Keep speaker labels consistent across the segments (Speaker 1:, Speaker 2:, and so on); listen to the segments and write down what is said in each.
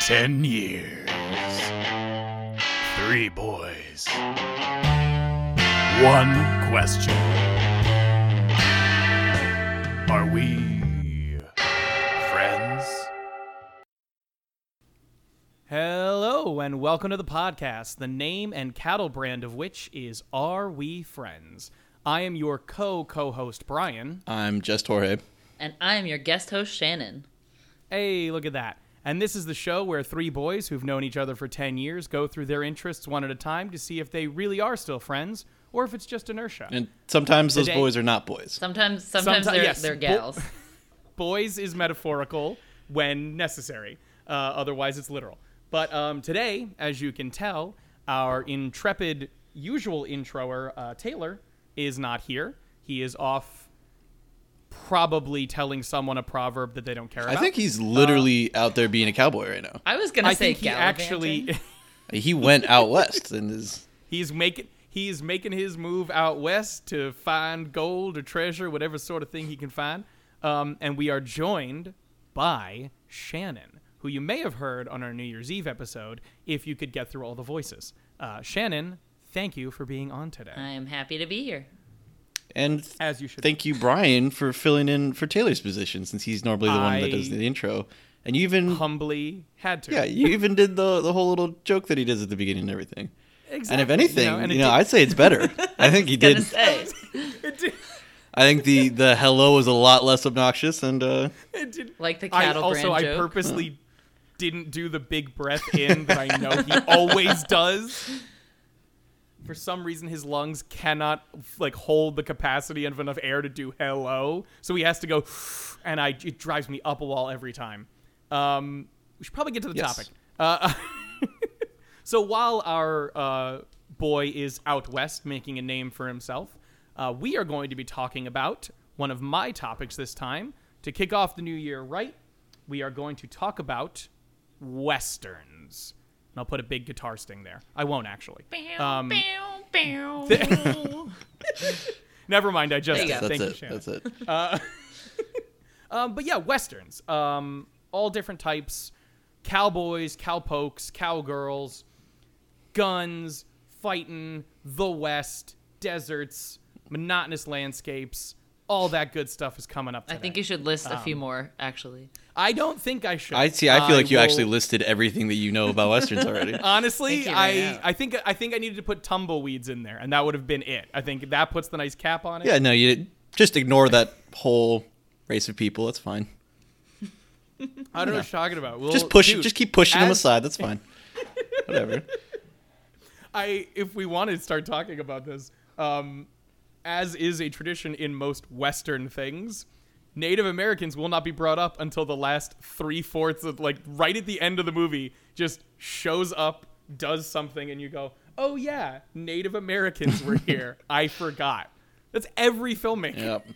Speaker 1: Ten years. Three boys. One question. Are we friends?
Speaker 2: Hello, and welcome to the podcast, the name and cattle brand of which is Are We Friends? I am your co co host, Brian.
Speaker 3: I'm just Jorge.
Speaker 4: And I am your guest host, Shannon.
Speaker 2: Hey, look at that. And this is the show where three boys who've known each other for 10 years go through their interests one at a time to see if they really are still friends or if it's just inertia.
Speaker 3: And sometimes those
Speaker 2: Today-
Speaker 3: boys are not boys.
Speaker 4: Sometimes, sometimes
Speaker 2: Someti-
Speaker 4: they're,
Speaker 2: yes,
Speaker 4: they're
Speaker 2: bo-
Speaker 4: gals.
Speaker 2: boys is metaphorical when necessary. Uh, otherwise, it's literal. But um, today, as you can tell, our intrepid usual introer, uh, Taylor, is not here. He is off probably telling someone a proverb that they don't care
Speaker 3: I
Speaker 2: about.
Speaker 3: think he's literally
Speaker 2: uh,
Speaker 3: out there being a cowboy right now.
Speaker 4: I was gonna
Speaker 2: I
Speaker 4: say
Speaker 2: think he actually
Speaker 3: He went out west and is
Speaker 2: he's making he's making his move out west to find gold or treasure, whatever sort of thing he can find. Um, and we are joined by Shannon, who you may have heard on our New Year's Eve episode if you could get through all the voices. Uh, Shannon, thank you for being on today.
Speaker 4: I am happy to be here.
Speaker 3: and th-
Speaker 2: As you should.
Speaker 3: thank you, Brian, for filling in for Taylor's position since he's normally the one that does
Speaker 2: I-
Speaker 3: the intro. And you even
Speaker 2: humbly had to.
Speaker 3: yeah, you even did the the whole little joke that he does at the beginning and everything.
Speaker 2: exactly.
Speaker 3: And if anything,
Speaker 2: you know,
Speaker 3: you know,
Speaker 2: and it
Speaker 3: I'd say it's better. I think he
Speaker 4: Gonna
Speaker 3: did.
Speaker 4: say
Speaker 2: did, it did,
Speaker 3: I think the the hello was a lot less obnoxious and uh
Speaker 2: it did.
Speaker 4: like the
Speaker 2: I
Speaker 4: cattle
Speaker 2: also I
Speaker 4: brand joke.
Speaker 2: purposely didn't do the big breath in that I know he always does. For some reason, his lungs cannot like hold the capacity of enough air to do hello, so he has to go, and I it drives me up a wall every time. Um, we should probably get to the
Speaker 3: Yes.
Speaker 2: topic. Uh, so while our uh, boy is out west making a name for himself, uh, we are going to be talking about one of my topics this time. To kick off the new year right, we are going to talk about westerns. And I'll put a big guitar sting there. I won't actually. Um, Never mind. I just
Speaker 4: There you go.
Speaker 2: did.
Speaker 3: that's
Speaker 2: thank you,
Speaker 3: it.
Speaker 2: Shannon.
Speaker 3: that's it.
Speaker 2: Um, but yeah, westerns. Um, all different types: cowboys, cowpokes, cowgirls, guns, fighting, the West, deserts, monotonous landscapes. All that good stuff is coming up.
Speaker 4: I
Speaker 2: Today.
Speaker 4: think you should list a
Speaker 2: Um,
Speaker 4: few more, actually.
Speaker 2: I don't think I should.
Speaker 3: I see. I feel like you
Speaker 2: will-
Speaker 3: actually listed everything that you know about westerns already.
Speaker 2: Honestly,
Speaker 4: Thank you, I
Speaker 2: I
Speaker 4: know.
Speaker 2: I think I think I needed to put tumbleweeds in there, and that would have been it. I think that puts the nice cap on it.
Speaker 3: Yeah, no, you just ignore that whole race of people. That's fine.
Speaker 2: I don't know what you're talking about. We'll-
Speaker 3: Just push,
Speaker 2: dude,
Speaker 3: just keep pushing them
Speaker 2: as-
Speaker 3: aside. That's fine. Whatever.
Speaker 2: I if we wanted to start talking about this, um, as is a tradition in most Western things, Native Americans will not be brought up until the last three fourths of like right at the end of the movie. Just shows up, does something, and you go, "Oh yeah, Native Americans were here. I forgot." That's every filmmaker.
Speaker 3: Yep.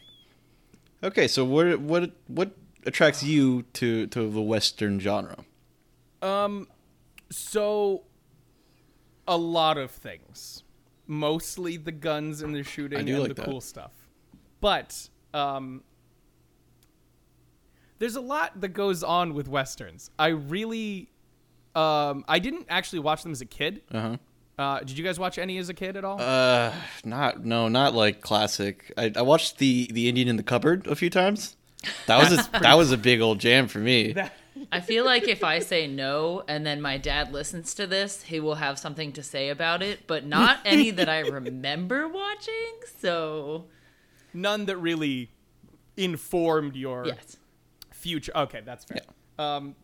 Speaker 3: Okay, so what what what attracts you to to the western genre?
Speaker 2: So, a lot of things, mostly the guns and the shooting
Speaker 3: I
Speaker 2: and
Speaker 3: do like
Speaker 2: the
Speaker 3: that.
Speaker 2: cool stuff. But um, there's a lot that goes on with westerns. I really, um, I didn't actually watch them as a kid.
Speaker 3: Uh-huh.
Speaker 2: Uh, did you guys watch any as a kid at all?
Speaker 3: Uh, not no, not like classic. I, I watched the the Indian in the cupboard a few times. That was a, that was a big old jam for me.
Speaker 4: I feel like if I say no and then my dad listens to this, he will have something to say about it, but not any that I remember watching. So
Speaker 2: None that really informed your
Speaker 4: yes,
Speaker 2: future. Okay, that's fair. Um,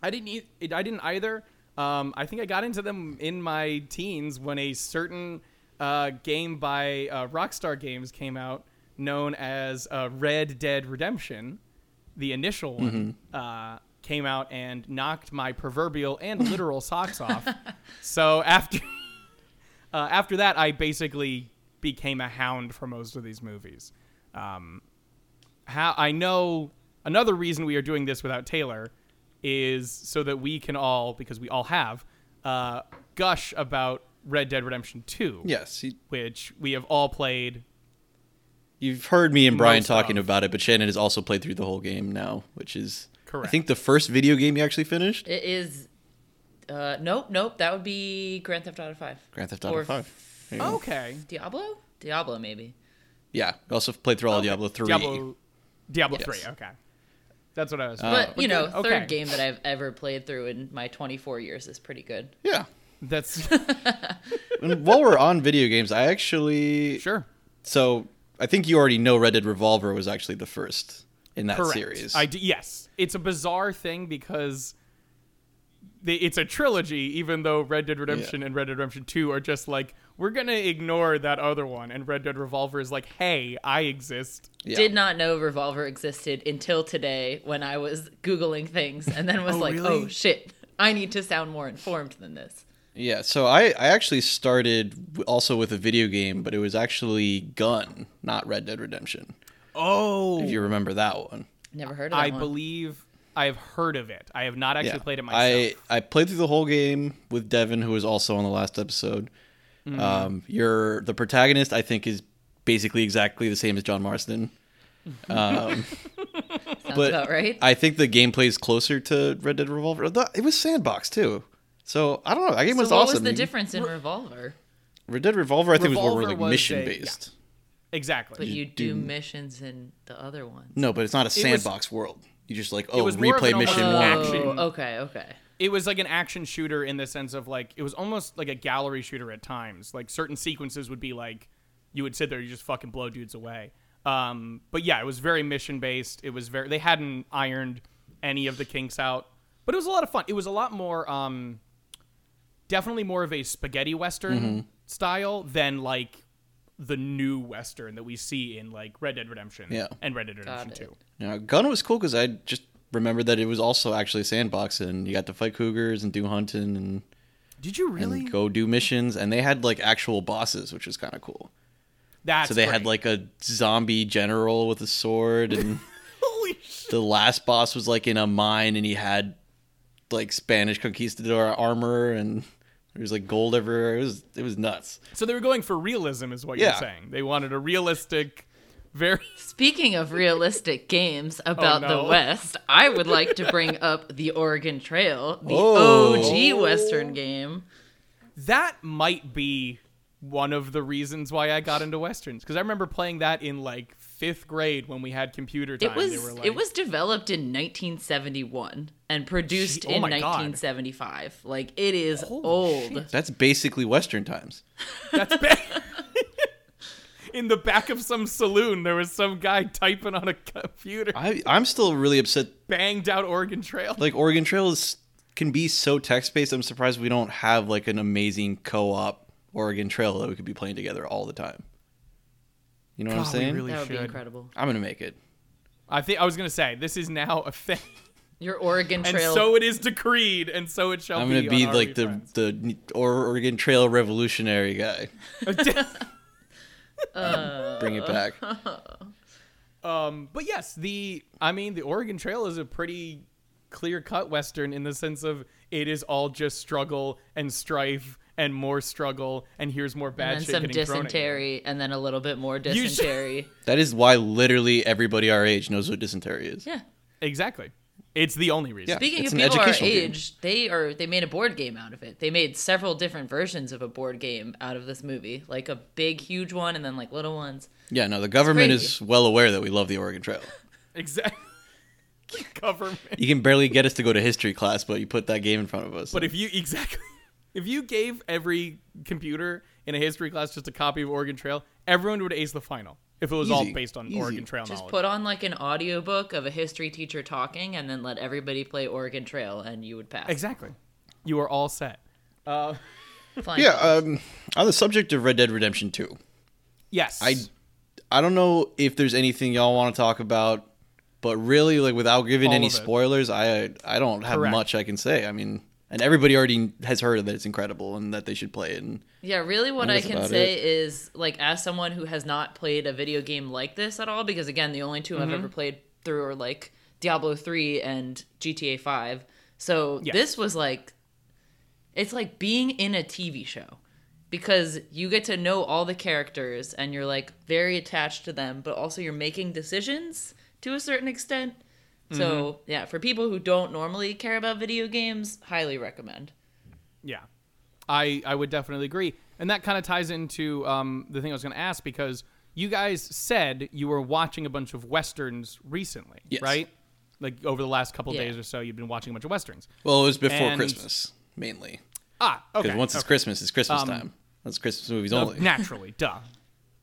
Speaker 2: I didn't. E- it- I didn't either. Um, I think I got into them in my teens when a certain uh, game by uh, Rockstar Games came out, known as uh, Red Dead Redemption, the initial one. Uh, came out and knocked my proverbial and literal socks off. So after uh, after that, I basically became a hound for most of these movies. Um, how I know another reason we are doing this without Taylor is so that we can all, because we all have, uh, gush about Red Dead Redemption 2,
Speaker 3: Yes, you,
Speaker 2: which we have all played.
Speaker 3: you've heard me and Brian
Speaker 2: Most
Speaker 3: talking
Speaker 2: of.
Speaker 3: about it, but Shannon has also played through the whole game now, which is
Speaker 2: Correct.
Speaker 3: I think the first video game you actually finished.
Speaker 4: It is. Uh, nope, nope. That would be Grand Theft Auto Five.
Speaker 3: Grand Theft Auto
Speaker 4: Or
Speaker 3: Five. There you go.
Speaker 2: okay.
Speaker 4: Diablo? Diablo, maybe.
Speaker 3: Yeah, I also played through all Diablo Three.
Speaker 2: Diablo, Diablo
Speaker 3: Yes.
Speaker 2: three. Okay, that's what I was.
Speaker 4: But you know,
Speaker 2: good, okay.
Speaker 4: third game that I've ever played through in my 24 years is pretty good.
Speaker 3: Yeah.
Speaker 2: That's
Speaker 3: And while we're on video games, I actually
Speaker 2: sure.
Speaker 3: So I think you already know Red Dead Revolver was actually the first in that
Speaker 2: Correct.
Speaker 3: series.
Speaker 2: I d- yes, it's a bizarre thing because they, it's a trilogy. Even though Red Dead Redemption and Red Dead Redemption Two are just like we're gonna ignore that other one, and Red Dead Revolver is like, hey, I exist.
Speaker 3: Yeah.
Speaker 4: Did not know Revolver existed until today when I was googling things and then was
Speaker 2: Oh,
Speaker 4: like,
Speaker 2: really?
Speaker 4: "Oh shit, I need to sound more informed than this."
Speaker 3: Yeah, so I, I actually started w- also with a video game, but it was actually Gun, not Red Dead Redemption.
Speaker 2: Oh,
Speaker 3: If you remember that one.
Speaker 4: Never heard of that
Speaker 2: I
Speaker 4: one.
Speaker 2: believe I have heard of it. I have not actually
Speaker 3: Yeah.
Speaker 2: played it myself.
Speaker 3: I, I played through the whole game with Devin, who was also on the last episode.
Speaker 2: Mm-hmm.
Speaker 3: Um, you're the protagonist, I think, is basically exactly the same as John Marston.
Speaker 4: Sounds
Speaker 3: but
Speaker 4: about right.
Speaker 3: I think the gameplay is closer to Red Dead Revolver. The- It was sandbox too, so I don't know. That game
Speaker 4: so
Speaker 3: was
Speaker 4: what
Speaker 3: awesome.
Speaker 4: was the
Speaker 3: You-
Speaker 4: difference in Revolver?
Speaker 3: Red Dead Revolver, I think, was
Speaker 2: Revolver
Speaker 3: more like
Speaker 2: was
Speaker 3: mission
Speaker 2: a-
Speaker 3: based.
Speaker 4: But
Speaker 2: exactly.
Speaker 4: you, do
Speaker 3: do-
Speaker 4: missions in the other one.
Speaker 3: No, but it's not a
Speaker 2: It was-
Speaker 3: sandbox world. You just like oh
Speaker 2: was more of
Speaker 3: replay
Speaker 2: an
Speaker 3: mission
Speaker 2: almost-
Speaker 3: one.
Speaker 2: action.
Speaker 4: Oh, okay, okay.
Speaker 2: it was like an action shooter in the sense of like it was almost like a gallery shooter at times. Like certain sequences would be like you would sit there, you just fucking blow dudes away. Um, but yeah, it was very mission based. It was very they hadn't ironed any of the kinks out, but it was a lot of fun. It was a lot more um, definitely more of a spaghetti western
Speaker 3: Mm-hmm.
Speaker 2: style than like the new western that we see in like Red Dead Redemption
Speaker 3: Yeah.
Speaker 2: and Red Dead Redemption
Speaker 4: it.
Speaker 2: Two.
Speaker 3: Yeah, Gun was cool because I just remembered that it was also actually sandbox, and you got to fight cougars and do hunting and,
Speaker 2: Did you
Speaker 3: and
Speaker 2: really?
Speaker 3: go do missions, and they had like actual bosses, which was kind of cool.
Speaker 2: That's
Speaker 3: so they had
Speaker 2: great.
Speaker 3: like a zombie general with a sword and.
Speaker 2: holy shit.
Speaker 3: the last boss was like in a mine and he had like Spanish conquistador armor and there was like gold everywhere. It was it was nuts.
Speaker 2: So they were going for realism, is what
Speaker 3: Yeah.
Speaker 2: you're saying. They wanted a realistic, very.
Speaker 4: Speaking of realistic games about
Speaker 2: Oh, no.
Speaker 4: the West, I would like to bring up the Oregon Trail, the
Speaker 3: Oh.
Speaker 4: OG Western game.
Speaker 2: That might be one of the reasons why I got into westerns because I remember playing that in like fifth grade when we had computer time.
Speaker 4: It
Speaker 2: they
Speaker 4: was
Speaker 2: were like,
Speaker 4: it was developed in 1971 and produced
Speaker 2: Gee, oh
Speaker 4: in
Speaker 2: my God.
Speaker 4: 1975. Like it is
Speaker 2: Holy
Speaker 4: old.
Speaker 2: shit.
Speaker 3: That's basically Western times.
Speaker 2: that's bad. in the back of some saloon. There was some guy typing on a computer,
Speaker 3: I I'm still really upset.
Speaker 2: banged out Oregon Trail.
Speaker 3: Like Oregon Trail is can be so text based. I'm surprised we don't have like an amazing co op Oregon Trail that we could be playing together all the time. You know what I'm
Speaker 2: God, we
Speaker 3: saying?
Speaker 2: really
Speaker 4: That would be
Speaker 2: should.
Speaker 4: incredible.
Speaker 3: I'm gonna make it.
Speaker 2: I think I was gonna say this is now a thing,
Speaker 4: Your Oregon
Speaker 2: and
Speaker 4: Trail.
Speaker 2: so it is decreed, and so it shall
Speaker 3: I'm
Speaker 2: be.
Speaker 3: gonna be
Speaker 2: on our
Speaker 3: like the,
Speaker 2: reruns.
Speaker 3: the Oregon Trail revolutionary guy. Bring it back.
Speaker 2: Um, but yes, the I mean the Oregon Trail is a pretty clear cut western in the sense of it is all just struggle and strife and more struggle and here's more bad
Speaker 4: and
Speaker 2: shit
Speaker 4: some
Speaker 2: getting thrown at you.
Speaker 4: dysentery, and then a little bit more
Speaker 2: should-
Speaker 4: dysentery.
Speaker 3: That is why literally everybody our age knows what dysentery is.
Speaker 4: Yeah.
Speaker 2: Exactly, it's the only reason.
Speaker 3: Yeah.
Speaker 4: Speaking
Speaker 3: It's
Speaker 4: of
Speaker 3: an
Speaker 4: people our
Speaker 3: educational game.
Speaker 4: age, they are they made a board game out of it. They made several different versions of a board game out of this movie, like a big, huge one, and then like little ones.
Speaker 3: Yeah, no, the government
Speaker 4: crazy.
Speaker 3: is well aware that we love the Oregon Trail.
Speaker 2: Exactly, government.
Speaker 3: You can barely get us to go to history class, but you put that game in front of us.
Speaker 2: But if you exactly, if you gave every computer in a history class just a copy of Oregon Trail, everyone would ace the final if it was all
Speaker 3: Easy.
Speaker 2: based on
Speaker 3: Easy.
Speaker 2: Oregon Trail
Speaker 4: Just
Speaker 2: knowledge.
Speaker 4: put on like an audiobook of a history teacher talking, and then let everybody play Oregon Trail, and you would pass.
Speaker 2: exactly, you are all set.
Speaker 4: Flying
Speaker 3: yeah,
Speaker 4: colors.
Speaker 3: um, on the subject of Red Dead Redemption 2,
Speaker 2: Yes,
Speaker 3: I, I don't know if there's anything y'all want to talk about, but really, like without giving
Speaker 2: All
Speaker 3: any
Speaker 2: of it.
Speaker 3: spoilers, I I don't have
Speaker 2: Correct.
Speaker 3: much I can say. I mean, and everybody already has heard that it's incredible and that they should play it. And
Speaker 4: Yeah, really what
Speaker 3: That
Speaker 4: I
Speaker 3: is
Speaker 4: can
Speaker 3: about
Speaker 4: say is like as someone who has not played a video game like this at all because again, the only 2 i I've ever played through are like Diablo 3 and GTA 5. So
Speaker 2: Yes.
Speaker 4: this was like it's like being in a TV show because you get to know all the characters and you're like very attached to them, but also you're making decisions to a certain extent So yeah, for people who don't normally care about video games, highly recommend.
Speaker 2: Yeah, I I would definitely agree, and that kind of ties into um, the thing I was going to ask because you guys said you were watching a bunch of westerns recently,
Speaker 3: Yes.
Speaker 2: right? Like over the last couple
Speaker 4: Yeah.
Speaker 2: days or so, you've been watching a bunch of westerns.
Speaker 3: Well, it was before
Speaker 2: And-
Speaker 3: Christmas mainly
Speaker 2: Ah,
Speaker 3: because
Speaker 2: okay.
Speaker 3: once it's
Speaker 2: okay. Um,
Speaker 3: Christmas, it's Christmas time. That's Christmas movies only.
Speaker 2: naturally, duh.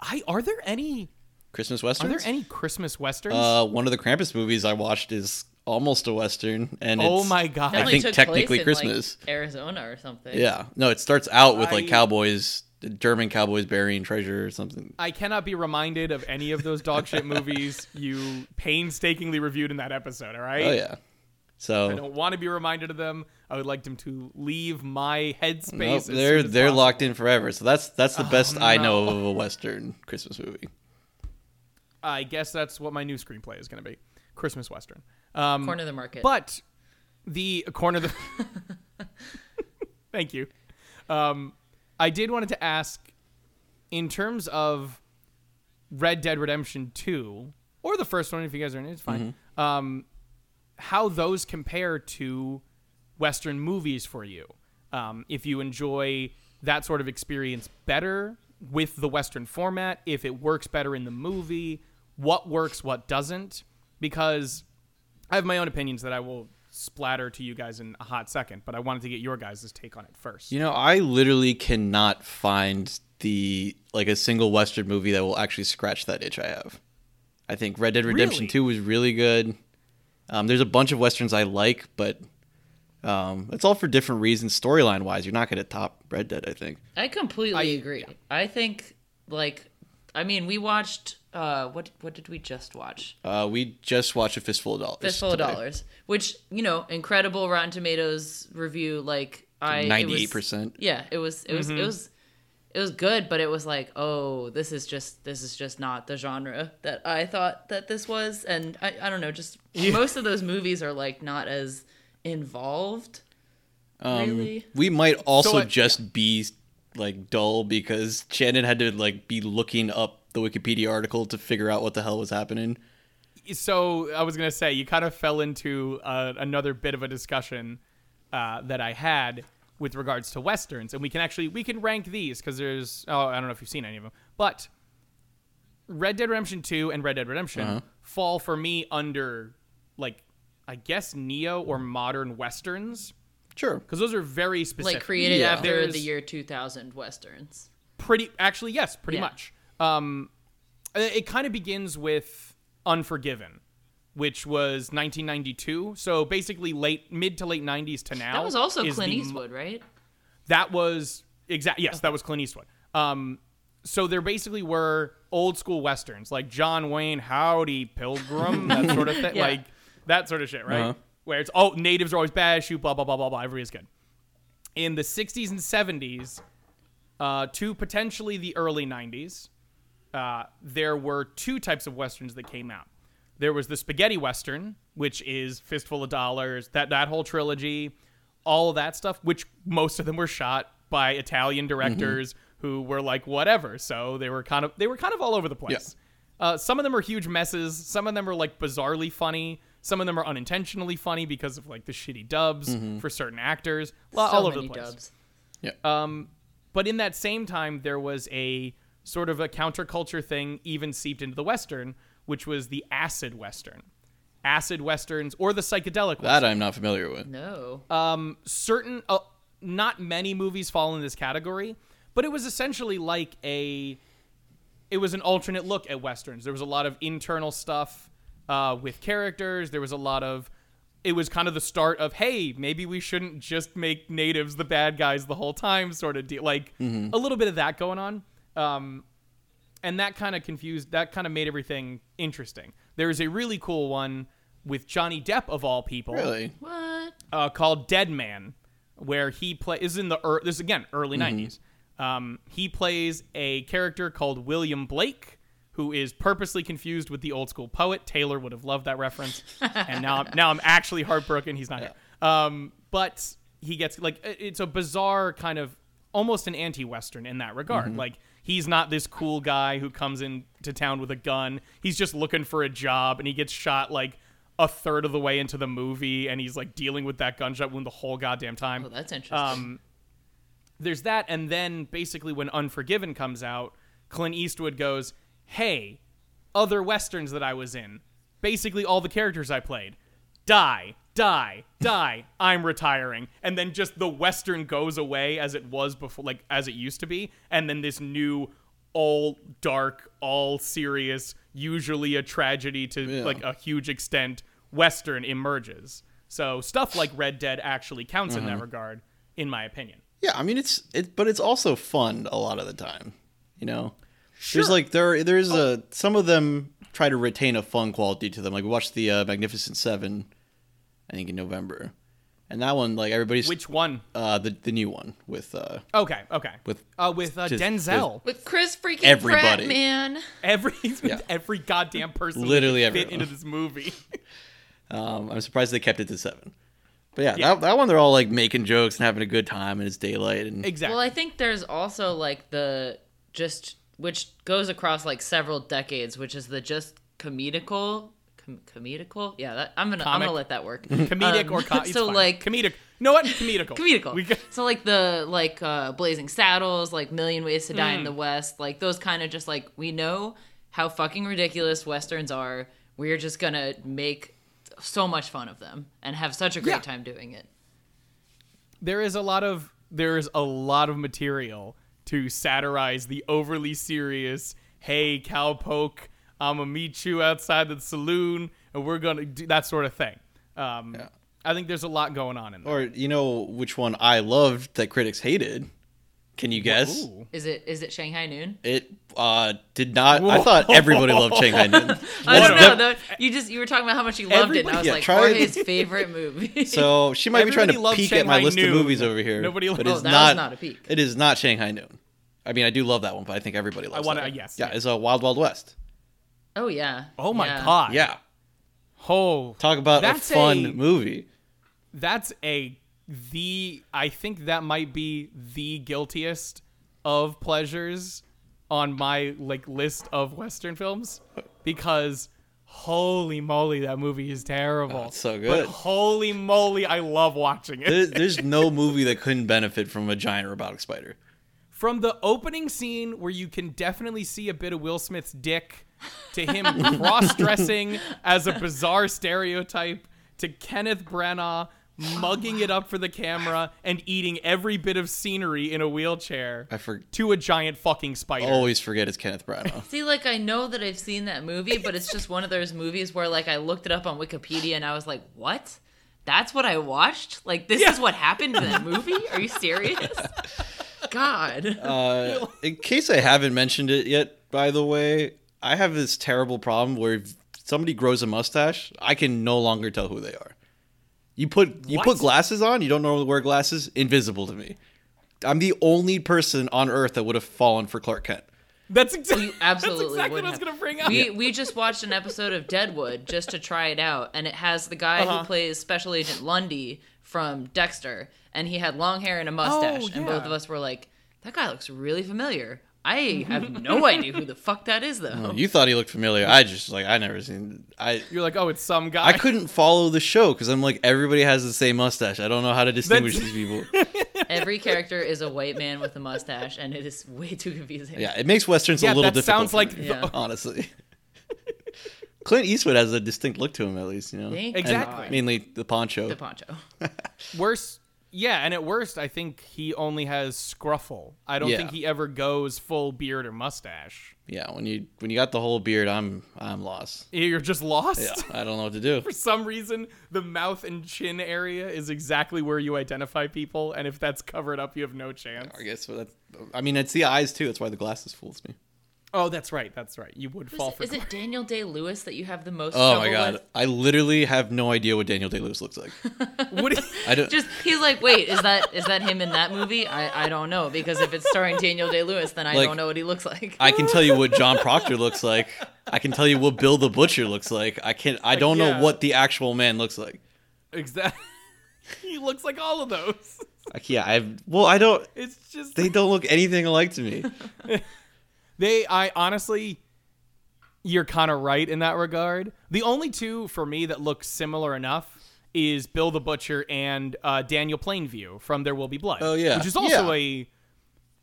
Speaker 2: I are there any
Speaker 3: Christmas
Speaker 2: are
Speaker 3: westerns.
Speaker 2: there any Christmas westerns?
Speaker 3: Uh, one of the Krampus movies I watched is almost a western, and
Speaker 2: oh
Speaker 3: it's-
Speaker 2: my god!
Speaker 3: I
Speaker 4: Only
Speaker 3: think
Speaker 4: took
Speaker 3: technically
Speaker 4: place in, like,
Speaker 3: Christmas.
Speaker 4: Arizona or something.
Speaker 3: Yeah, no, it starts out with
Speaker 2: I-
Speaker 3: like cowboys, German cowboys burying treasure or something.
Speaker 2: I cannot be reminded of any of those dog shit movies you painstakingly reviewed in that episode. All right.
Speaker 3: Oh yeah,
Speaker 2: I
Speaker 3: so
Speaker 2: don't want to be reminded of them. I would like them to leave my headspace.
Speaker 3: nope,
Speaker 2: as soon
Speaker 3: they're
Speaker 2: as
Speaker 3: they're
Speaker 2: possible.
Speaker 3: locked in forever. So that's that's
Speaker 2: Oh,
Speaker 3: the best I know of a western Christmas movie.
Speaker 2: I guess that's what my new screenplay is going to be: Christmas western. Um,
Speaker 4: corner of the market.
Speaker 2: but the corner of the. Thank you. Um, I did wanted to ask, in terms of Red Dead Redemption Two or the first one, if you guys are in, it, it's fine. Um, how those compare to Western movies for you. Um, if you enjoy that sort of experience better with the Western format, if it works better in the movie, what works, what doesn't, because I have my own opinions that I will splatter to you guys in a hot second, but I wanted to get your guys' take on it first.
Speaker 3: You know, I literally cannot find the like a single western movie that will actually scratch that itch I have. I think Red Dead Redemption
Speaker 2: Really?
Speaker 3: 2 was really good. Um, there's a bunch of westerns I like, but um, it's all for different reasons storyline wise. You're not going to top Red Dead, I think.
Speaker 4: I completely agree. I think like I mean we watched uh what what did we just watch?
Speaker 3: Uh, we just watched a fistful of dollars.
Speaker 4: Fistful of
Speaker 3: today.
Speaker 4: Dollars, which you know, incredible Rotten Tomatoes review. Like I, it was-
Speaker 3: 98%.
Speaker 4: Yeah, it was, it was, it was, it was good, but it was like, oh, this is just, this is just not the genre that I thought that this was, and I, I don't know, just most of those movies are like not as involved.
Speaker 3: Um,
Speaker 4: really,
Speaker 3: We might also
Speaker 2: So I-
Speaker 3: just be like dull because Shannon had to like be looking up the Wikipedia article to figure out what the hell was happening.
Speaker 2: so I was gonna say you kind of fell into uh, another bit of a discussion uh, that I had with regards to westerns, and we can actually we can rank these because there's oh I don't know if you've seen any of them, but Red Dead Redemption Two and Red Dead Redemption fall for me under like I guess neo or modern westerns
Speaker 3: Sure.
Speaker 2: because those are very specific,
Speaker 4: like created
Speaker 3: Yeah.
Speaker 4: after
Speaker 2: There's-
Speaker 4: the year two thousand westerns.
Speaker 2: pretty actually yes pretty
Speaker 4: Yeah.
Speaker 2: much um it it kind of begins with unforgiven which was 1992 so basically late mid to late 90s to now
Speaker 4: That was also
Speaker 2: is
Speaker 4: Clint
Speaker 2: the
Speaker 4: Eastwood, right?
Speaker 2: that was exact. Yes, that was Clint Eastwood. Um, so there basically were old school westerns like John Wayne, Howdy Pilgrim, that sort of thing,
Speaker 4: Yeah.
Speaker 2: like that sort of shit, right? Where it's oh, natives are always bad, shoot, blah blah blah blah blah. Everybody's good. In the '60s and '70s, uh, to potentially the early '90s, uh, there were two types of westerns that came out. There was the spaghetti western, which is Fistful of Dollars, that that whole trilogy, all of that stuff, which most of them were shot by Italian directors who were like whatever. So they were kind of they were kind of all over the place. Uh, some of them are huge messes. Some of them are like bizarrely funny. Some of them are unintentionally funny because of like the shitty dubs for certain actors. Lo- all over the place.
Speaker 3: Yeah.
Speaker 2: But in that same time, there was a sort of a counterculture thing even seeped into the Western, which was the acid Western. Acid Westerns or the psychedelic
Speaker 3: that I'm not familiar with.
Speaker 4: No,
Speaker 2: Uh, certain uh, not many movies fall in this category but it was essentially like a it was an alternate look at westerns there was a lot of internal stuff uh, with characters there was a lot of it was kind of the start of hey maybe we shouldn't just make natives the bad guys the whole time sort of deal like a little bit of that going on um, and that kind of confused that kind of made everything interesting there's a really cool one with johnny depp of all people
Speaker 3: Really?
Speaker 4: what?
Speaker 2: uh, called Dead Man, where he play is in the ear this is, again early 90s Um, he plays a character called William Blake, who is purposely confused with the old school poet. Taylor would have loved that reference, and now I'm, now I'm actually heartbroken he's not here. Um, but he gets like it- it's a bizarre kind of almost an anti-western in that regard. Like he's not this cool guy who comes into town with a gun. He's just looking for a job, and he gets shot like a third of the way into the movie and he's like dealing with that gunshot wound the whole goddamn time.
Speaker 4: Oh, that's interesting.
Speaker 2: Um, there's that, and then basically when Unforgiven comes out, Clint Eastwood goes, "Hey, other westerns that I was in, basically all the characters I played, die, die, die. I'm retiring." And then just the western goes away as it was before, like as it used to be, and then this new, all dark, all serious, usually a tragedy to
Speaker 3: Yeah.
Speaker 2: like a huge extent, western emerges. So stuff like Red Dead actually counts in that regard, in my opinion.
Speaker 3: Yeah, I mean it's it, but it's also fun a lot of the time. You know,
Speaker 2: Sure. Oh.
Speaker 3: there's like there there's a some of them try to retain a fun quality to them. Like we watched the uh, Magnificent Seven, I think in November, and that one like everybody's
Speaker 2: Which one?
Speaker 3: uh the the new one with uh
Speaker 2: Okay, okay.
Speaker 3: with
Speaker 2: uh, with uh,
Speaker 3: just-
Speaker 2: Denzel,
Speaker 4: with Chris freaking
Speaker 3: Everybody.
Speaker 4: Pratt, man.
Speaker 2: every with
Speaker 3: Yeah.
Speaker 2: every goddamn person literally
Speaker 3: Literally
Speaker 2: fit
Speaker 3: everyone.
Speaker 2: into this movie.
Speaker 3: um I'm surprised they kept it to seven. But yeah, That, that one they're all like making jokes and having a good time and it's daylight and
Speaker 2: exactly.
Speaker 4: Well, I think there's also like the just which goes across like several decades, which is the just comedical, com- comedical. Yeah, that, I'm gonna I'm
Speaker 2: Comic.
Speaker 4: gonna let that work.
Speaker 2: comedic
Speaker 4: Um,
Speaker 2: or co- it's
Speaker 4: so
Speaker 2: fine.
Speaker 4: like
Speaker 2: comedic. No, what comedical?
Speaker 4: comedical.
Speaker 2: We got,
Speaker 4: so like the like uh, Blazing Saddles, like Million Ways to
Speaker 2: Hmm.
Speaker 4: Die in the West, like those kind of just like we know how fucking ridiculous westerns are. We're just gonna make so much fun of them and have such a great
Speaker 2: Yeah.
Speaker 4: time doing it.
Speaker 2: there is a lot of there is a lot of material to satirize the overly serious. Hey, cowpoke, I'm gonna meet you outside the saloon, and we're gonna do that sort of thing. Um,
Speaker 3: Yeah.
Speaker 2: I think there's a lot going on in there.
Speaker 3: or you know which one I loved that critics hated. Can you guess?
Speaker 2: Ooh.
Speaker 4: Is it is it Shanghai Noon?
Speaker 3: It uh, did not. I thought
Speaker 2: Whoa.
Speaker 3: everybody loved Shanghai Noon.
Speaker 4: I
Speaker 3: That's
Speaker 4: don't
Speaker 3: def-
Speaker 4: know. Though, you just you were talking about how much you loved it, and
Speaker 2: Everybody-
Speaker 4: I was
Speaker 3: yeah,
Speaker 4: like,
Speaker 3: try it.
Speaker 4: Jorge's favorite movie.
Speaker 3: So she might be
Speaker 2: Everybody
Speaker 3: trying to
Speaker 2: loves
Speaker 3: peek at
Speaker 2: Shanghai
Speaker 3: my list
Speaker 2: Noon.
Speaker 3: of movies over here.
Speaker 2: Nobody
Speaker 3: but
Speaker 2: loves-
Speaker 3: it's
Speaker 4: Oh, that
Speaker 3: not,
Speaker 4: was not a peek.
Speaker 3: It is not Shanghai Noon. I mean, I do love that one, but I think everybody loves.
Speaker 2: wanna- uh,
Speaker 3: that one.
Speaker 2: yes,
Speaker 3: Yeah,
Speaker 2: yeah.
Speaker 3: it's a Wild Wild West.
Speaker 4: oh yeah.
Speaker 2: Oh my
Speaker 4: Yeah.
Speaker 2: god.
Speaker 3: Yeah,
Speaker 2: Oh,
Speaker 3: talk about
Speaker 2: That's
Speaker 3: a fun
Speaker 2: a-
Speaker 3: movie.
Speaker 2: that's a the I think that might be the guiltiest of pleasures on my like list of western films because holy moly that movie is terrible.
Speaker 3: Oh, it's so
Speaker 2: But
Speaker 3: good.
Speaker 2: holy moly I love watching it.
Speaker 3: There- There's no movie that couldn't benefit from a giant robotic spider.
Speaker 2: From the opening scene where you can definitely see a bit of Will Smith's dick to him cross-dressing as a bizarre stereotype to Kenneth Branagh mugging it up for the camera and eating every bit of scenery in a wheelchair
Speaker 3: I Oh, for-
Speaker 2: to a giant fucking spider.
Speaker 3: always forget it's Kenneth Branagh.
Speaker 4: See, like I know that I've seen that movie, but it's just one of those movies where like I looked it up on Wikipedia and I was like, what? That's what I watched? Like this is what happened in that movie? Are you serious? God.
Speaker 3: Uh, in case I haven't mentioned it yet, by the way, I have this terrible problem where if somebody grows a mustache, I can no longer tell who they are. You put you
Speaker 2: What?
Speaker 3: put glasses on. You don't normally wear glasses. Invisible to me. I'm the only person on Earth that would have fallen for Clark Kent.
Speaker 2: That's exactly,
Speaker 4: You absolutely
Speaker 2: that's exactly
Speaker 4: would
Speaker 2: what I was
Speaker 4: have.
Speaker 2: going to bring up.
Speaker 4: We we just watched an episode of Deadwood just to try it out, and it has the guy
Speaker 2: Uh-huh.
Speaker 4: who plays Special Agent Lundy from Dexter, and he had long hair and a mustache,
Speaker 2: Oh,
Speaker 4: and both
Speaker 2: yeah.
Speaker 4: of us were like, "That guy looks really familiar." I have no idea who the fuck that is, though.
Speaker 2: Oh,
Speaker 3: You thought he looked familiar. I just like I never seen. I
Speaker 2: You're like, oh, it's some guy.
Speaker 3: I couldn't follow the show because I'm like everybody has the same mustache. I don't know how to distinguish
Speaker 2: That's-
Speaker 3: these people.
Speaker 4: Every character is a white man with a mustache, and it is way too confusing.
Speaker 3: Yeah, it makes westerns
Speaker 2: Yeah,
Speaker 3: a little
Speaker 2: that
Speaker 3: difficult.
Speaker 2: sounds
Speaker 3: for
Speaker 2: like
Speaker 3: me,
Speaker 4: the- Yeah.
Speaker 3: honestly. Clint Eastwood has a distinct look to him, at least you know.
Speaker 4: Thank
Speaker 3: And
Speaker 2: Exactly.
Speaker 3: mainly the poncho.
Speaker 4: The poncho.
Speaker 2: Worse, yeah, and at worst, I think he only has scruffle. I don't
Speaker 3: Yeah.
Speaker 2: think he ever goes full beard or mustache.
Speaker 3: yeah, when you when you got the whole beard, I'm I'm lost.
Speaker 2: You're just lost.
Speaker 3: Yeah, I don't know what to do.
Speaker 2: for some reason the mouth and chin area is exactly where you identify people and if that's covered up you have no chance
Speaker 3: I guess that's. I mean, it's the eyes too. That's why the glasses fools me.
Speaker 2: oh that's right that's right you would fall
Speaker 4: Is,
Speaker 2: for
Speaker 4: is it Daniel Day Lewis that you have the most?
Speaker 3: Oh
Speaker 4: trouble
Speaker 3: my god,
Speaker 4: with?
Speaker 3: I literally have no idea what Daniel Day Lewis looks like.
Speaker 2: Would it-
Speaker 3: I don't.
Speaker 4: Just he's like, wait, is that is that him in that movie? I, I don't know because if it's starring Daniel Day Lewis, then I
Speaker 3: Like-
Speaker 4: don't know what he looks like.
Speaker 3: I can tell you what John Proctor looks like. I can tell you what Bill the Butcher looks like. I can not I don't
Speaker 2: yeah.
Speaker 3: know what the actual man looks like.
Speaker 2: exactly he looks like all of those
Speaker 3: Like, yeah, I've. Well, I don't.
Speaker 2: it's just
Speaker 3: They don't look anything alike to me.
Speaker 2: they i honestly you're kind of right in that regard. The only two for me that look similar enough is Bill the Butcher and uh, Daniel Plainview from There Will Be Blood.
Speaker 3: Oh, yeah.
Speaker 2: which is also
Speaker 3: Yeah.
Speaker 2: a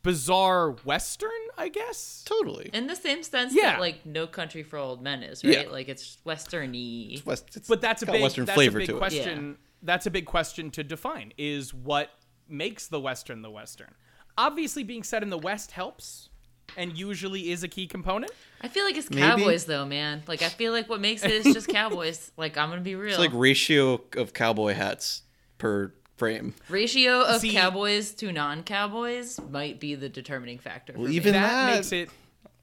Speaker 2: bizarre western, I guess.
Speaker 3: Totally.
Speaker 4: in the same sense
Speaker 2: Yeah.
Speaker 4: that like No Country for Old Men is, right?
Speaker 3: Yeah.
Speaker 4: Like it's westerny.
Speaker 3: West, it's
Speaker 2: But that's a
Speaker 3: got
Speaker 2: big
Speaker 3: Western
Speaker 2: that's
Speaker 3: flavor
Speaker 2: a big
Speaker 3: to it.
Speaker 2: question. That's a big question to define. Is what makes the western the western? Obviously, being set in the West helps, and usually is a key component.
Speaker 4: I feel like it's
Speaker 3: Maybe.
Speaker 4: cowboys though, man. Like I feel like what makes it is just cowboys. Like I'm gonna be real.
Speaker 3: It's like ratio of cowboy hats per frame.
Speaker 4: Ratio of
Speaker 2: See-
Speaker 4: cowboys to non-cowboys might be the determining factor. for me.
Speaker 3: even-
Speaker 2: that,
Speaker 3: that-
Speaker 2: makes it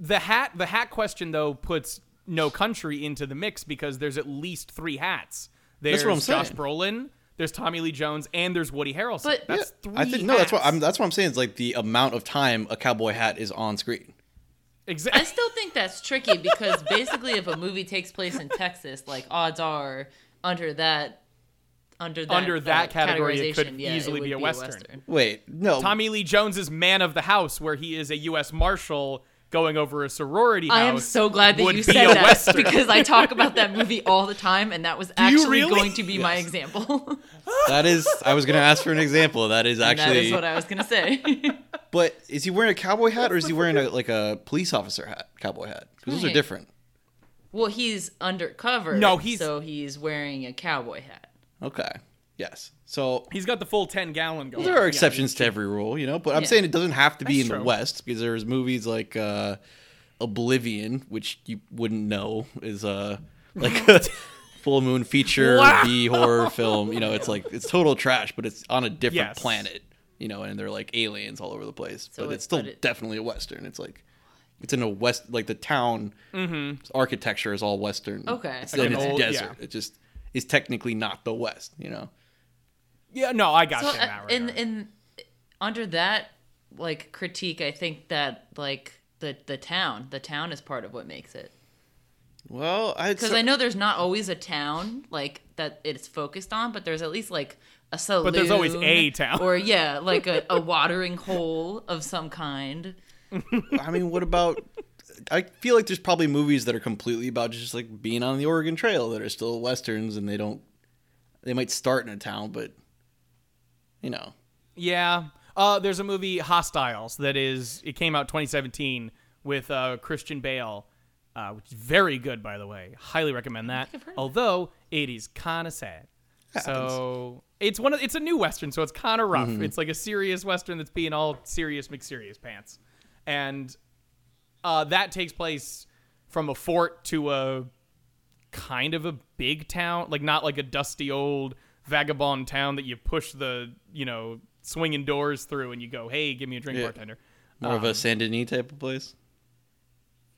Speaker 2: the hat the hat question though puts no country into the mix because there's at least three hats there's
Speaker 3: That's what I'm
Speaker 2: josh
Speaker 3: saying.
Speaker 2: brolin there's tommy lee jones and there's woody harrelson
Speaker 4: But-
Speaker 2: that's
Speaker 3: Yeah,
Speaker 2: three
Speaker 3: I think no. That's what
Speaker 2: hats.
Speaker 3: I'm. That's what I'm saying. It's like the amount of time a cowboy hat is on screen.
Speaker 4: I
Speaker 2: exactly
Speaker 4: still think that's tricky because basically, if a movie takes place in Texas, like odds are under that under that, uh,
Speaker 2: Under that category, it could
Speaker 4: categorization, yeah,
Speaker 2: easily
Speaker 4: would
Speaker 2: be a Western.
Speaker 3: Wait, no.
Speaker 2: tommy lee jones is man of the house where he is a u.s marshal going over a sorority
Speaker 4: I am
Speaker 2: house
Speaker 4: so glad that
Speaker 2: would
Speaker 4: you
Speaker 2: be
Speaker 4: said
Speaker 2: a
Speaker 4: that
Speaker 2: Western.
Speaker 4: because I talk about that movie all the time, and that was
Speaker 2: you
Speaker 4: actually
Speaker 2: really?
Speaker 4: going to be my
Speaker 3: Yes.
Speaker 4: example.
Speaker 3: that is. I was gonna ask for an example. That is
Speaker 4: and
Speaker 3: actually.
Speaker 4: that is what I was gonna say.
Speaker 3: but is he wearing a cowboy hat or is he wearing a, like a police officer hat? Cowboy hat. 'Cause those are
Speaker 4: Right.
Speaker 3: different.
Speaker 4: well, he's undercover.
Speaker 2: No, he's-
Speaker 4: so he's wearing a cowboy hat.
Speaker 3: Okay. Yes. So
Speaker 2: he's got the full 10 gallon going
Speaker 3: there are
Speaker 2: Yeah.
Speaker 3: exceptions to every rule, you know. But I'm
Speaker 4: Yeah.
Speaker 3: saying it doesn't have to be
Speaker 2: That's
Speaker 3: in
Speaker 2: true.
Speaker 3: the West because there's movies like uh, Oblivion, which you wouldn't know is uh, like a full moon feature
Speaker 2: Wow.
Speaker 3: B horror film. You know, it's like it's total trash, but it's on a different
Speaker 2: Yes.
Speaker 3: planet. You know, and they're like aliens all over the place,
Speaker 4: So
Speaker 3: but
Speaker 4: it-
Speaker 3: it's still
Speaker 4: but it-
Speaker 3: definitely a Western. It's like it's in a West, like the town architecture is all Western.
Speaker 4: Mm-hmm. Okay.
Speaker 3: it's,
Speaker 4: Like
Speaker 3: and
Speaker 2: an
Speaker 3: it's
Speaker 2: old- yeah.
Speaker 3: desert. It just is technically not the West. You know.
Speaker 2: yeah no i got
Speaker 4: So
Speaker 2: you in that
Speaker 4: uh, in
Speaker 2: regard.
Speaker 4: in under that like critique, I think that like the the town, the town is part of what makes it.
Speaker 3: Well, I
Speaker 4: Because I know there's not always a town like that it's focused on, but there's at least like a saloon.
Speaker 2: there's always a town.
Speaker 4: or yeah, like a, a watering hole of some kind.
Speaker 3: I mean, what about? I feel like there's probably movies that are completely about just like being on the Oregon Trail that are still westerns, and they don't. They might start in a town, but you know,
Speaker 2: Yeah. Uh, there's a movie Hostiles that is it came out 2017 with uh, Christian Bale, uh, which is very good by the way. Highly recommend that.
Speaker 4: I've heard of it.
Speaker 2: Although it is kind of sad. So it's one of it's a new western, so it's kind of rough. It's like a serious western that's being all serious McSerious pants, and uh, that takes place from a fort to a kind of a big town, like not like a dusty old vagabond town that you push the you know swinging doors through and you go, hey, give me a drink,
Speaker 3: Yeah.
Speaker 2: bartender.
Speaker 3: more
Speaker 2: Um,
Speaker 3: of a Saint Denis type of place.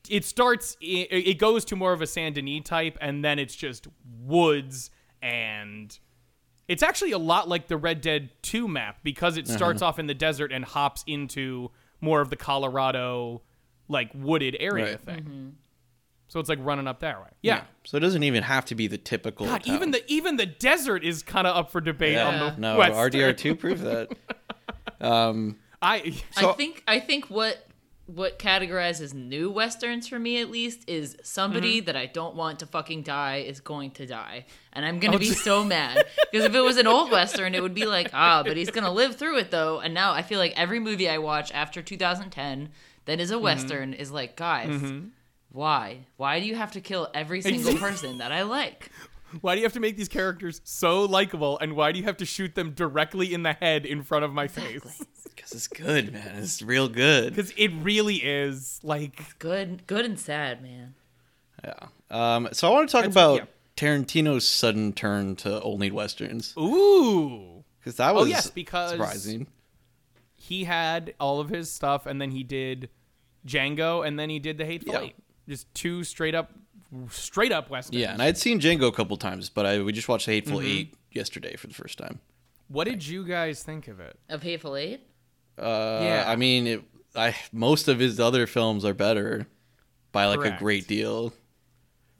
Speaker 2: It starts, it, it goes to more of a Saint Denis type, and then it's just woods and. It's actually a lot like the Red Dead 2 map because it starts
Speaker 3: Uh-huh.
Speaker 2: off in the desert and hops into more of the Colorado, like wooded area
Speaker 3: Right.
Speaker 2: thing. So it's like running up that way. Yeah.
Speaker 3: So it doesn't even have to be the typical.
Speaker 2: God,
Speaker 3: town.
Speaker 2: even the even the desert is kind of up for debate
Speaker 3: yeah.
Speaker 2: on the
Speaker 3: no
Speaker 2: West.
Speaker 3: RDR two proved that.
Speaker 2: I
Speaker 4: I think I think what what categorizes new westerns for me at least is somebody that I don't want to fucking die is going to die, and I'm gonna be so mad because if it was an old western, it would be like ah, but he's gonna live through it though. And now I feel like every movie I watch after 2010 that is a western is like guys. Why? Why do you have to kill every single person that I like?
Speaker 2: why do you have to make these characters so likable, and why do you have to shoot them directly in the head in front of my face?
Speaker 3: Because it's good, man. It's real good.
Speaker 2: Because it really is like
Speaker 4: Good, good and sad, man.
Speaker 3: Yeah. Um. So I want to talk
Speaker 2: That's-
Speaker 3: about
Speaker 2: yeah.
Speaker 3: Tarantino's sudden turn to only westerns
Speaker 2: ooh.
Speaker 3: because that was
Speaker 2: Oh, yes, because-
Speaker 3: surprising.
Speaker 2: He had all of his stuff, and then he did Django, and then he did The Hateful
Speaker 3: Yeah.
Speaker 2: Eight. Just two straight up, straight up westerns.
Speaker 3: Yeah, and I had seen Django a couple times, but I we just watched The Hateful
Speaker 2: Mm-hmm.
Speaker 3: Eight yesterday for the first time.
Speaker 2: what did you guys think of it?
Speaker 4: Of Hateful Eight.
Speaker 3: Uh,
Speaker 2: Yeah.
Speaker 3: I mean, it, I most of his other films are better by like
Speaker 2: Correct.
Speaker 3: a great deal.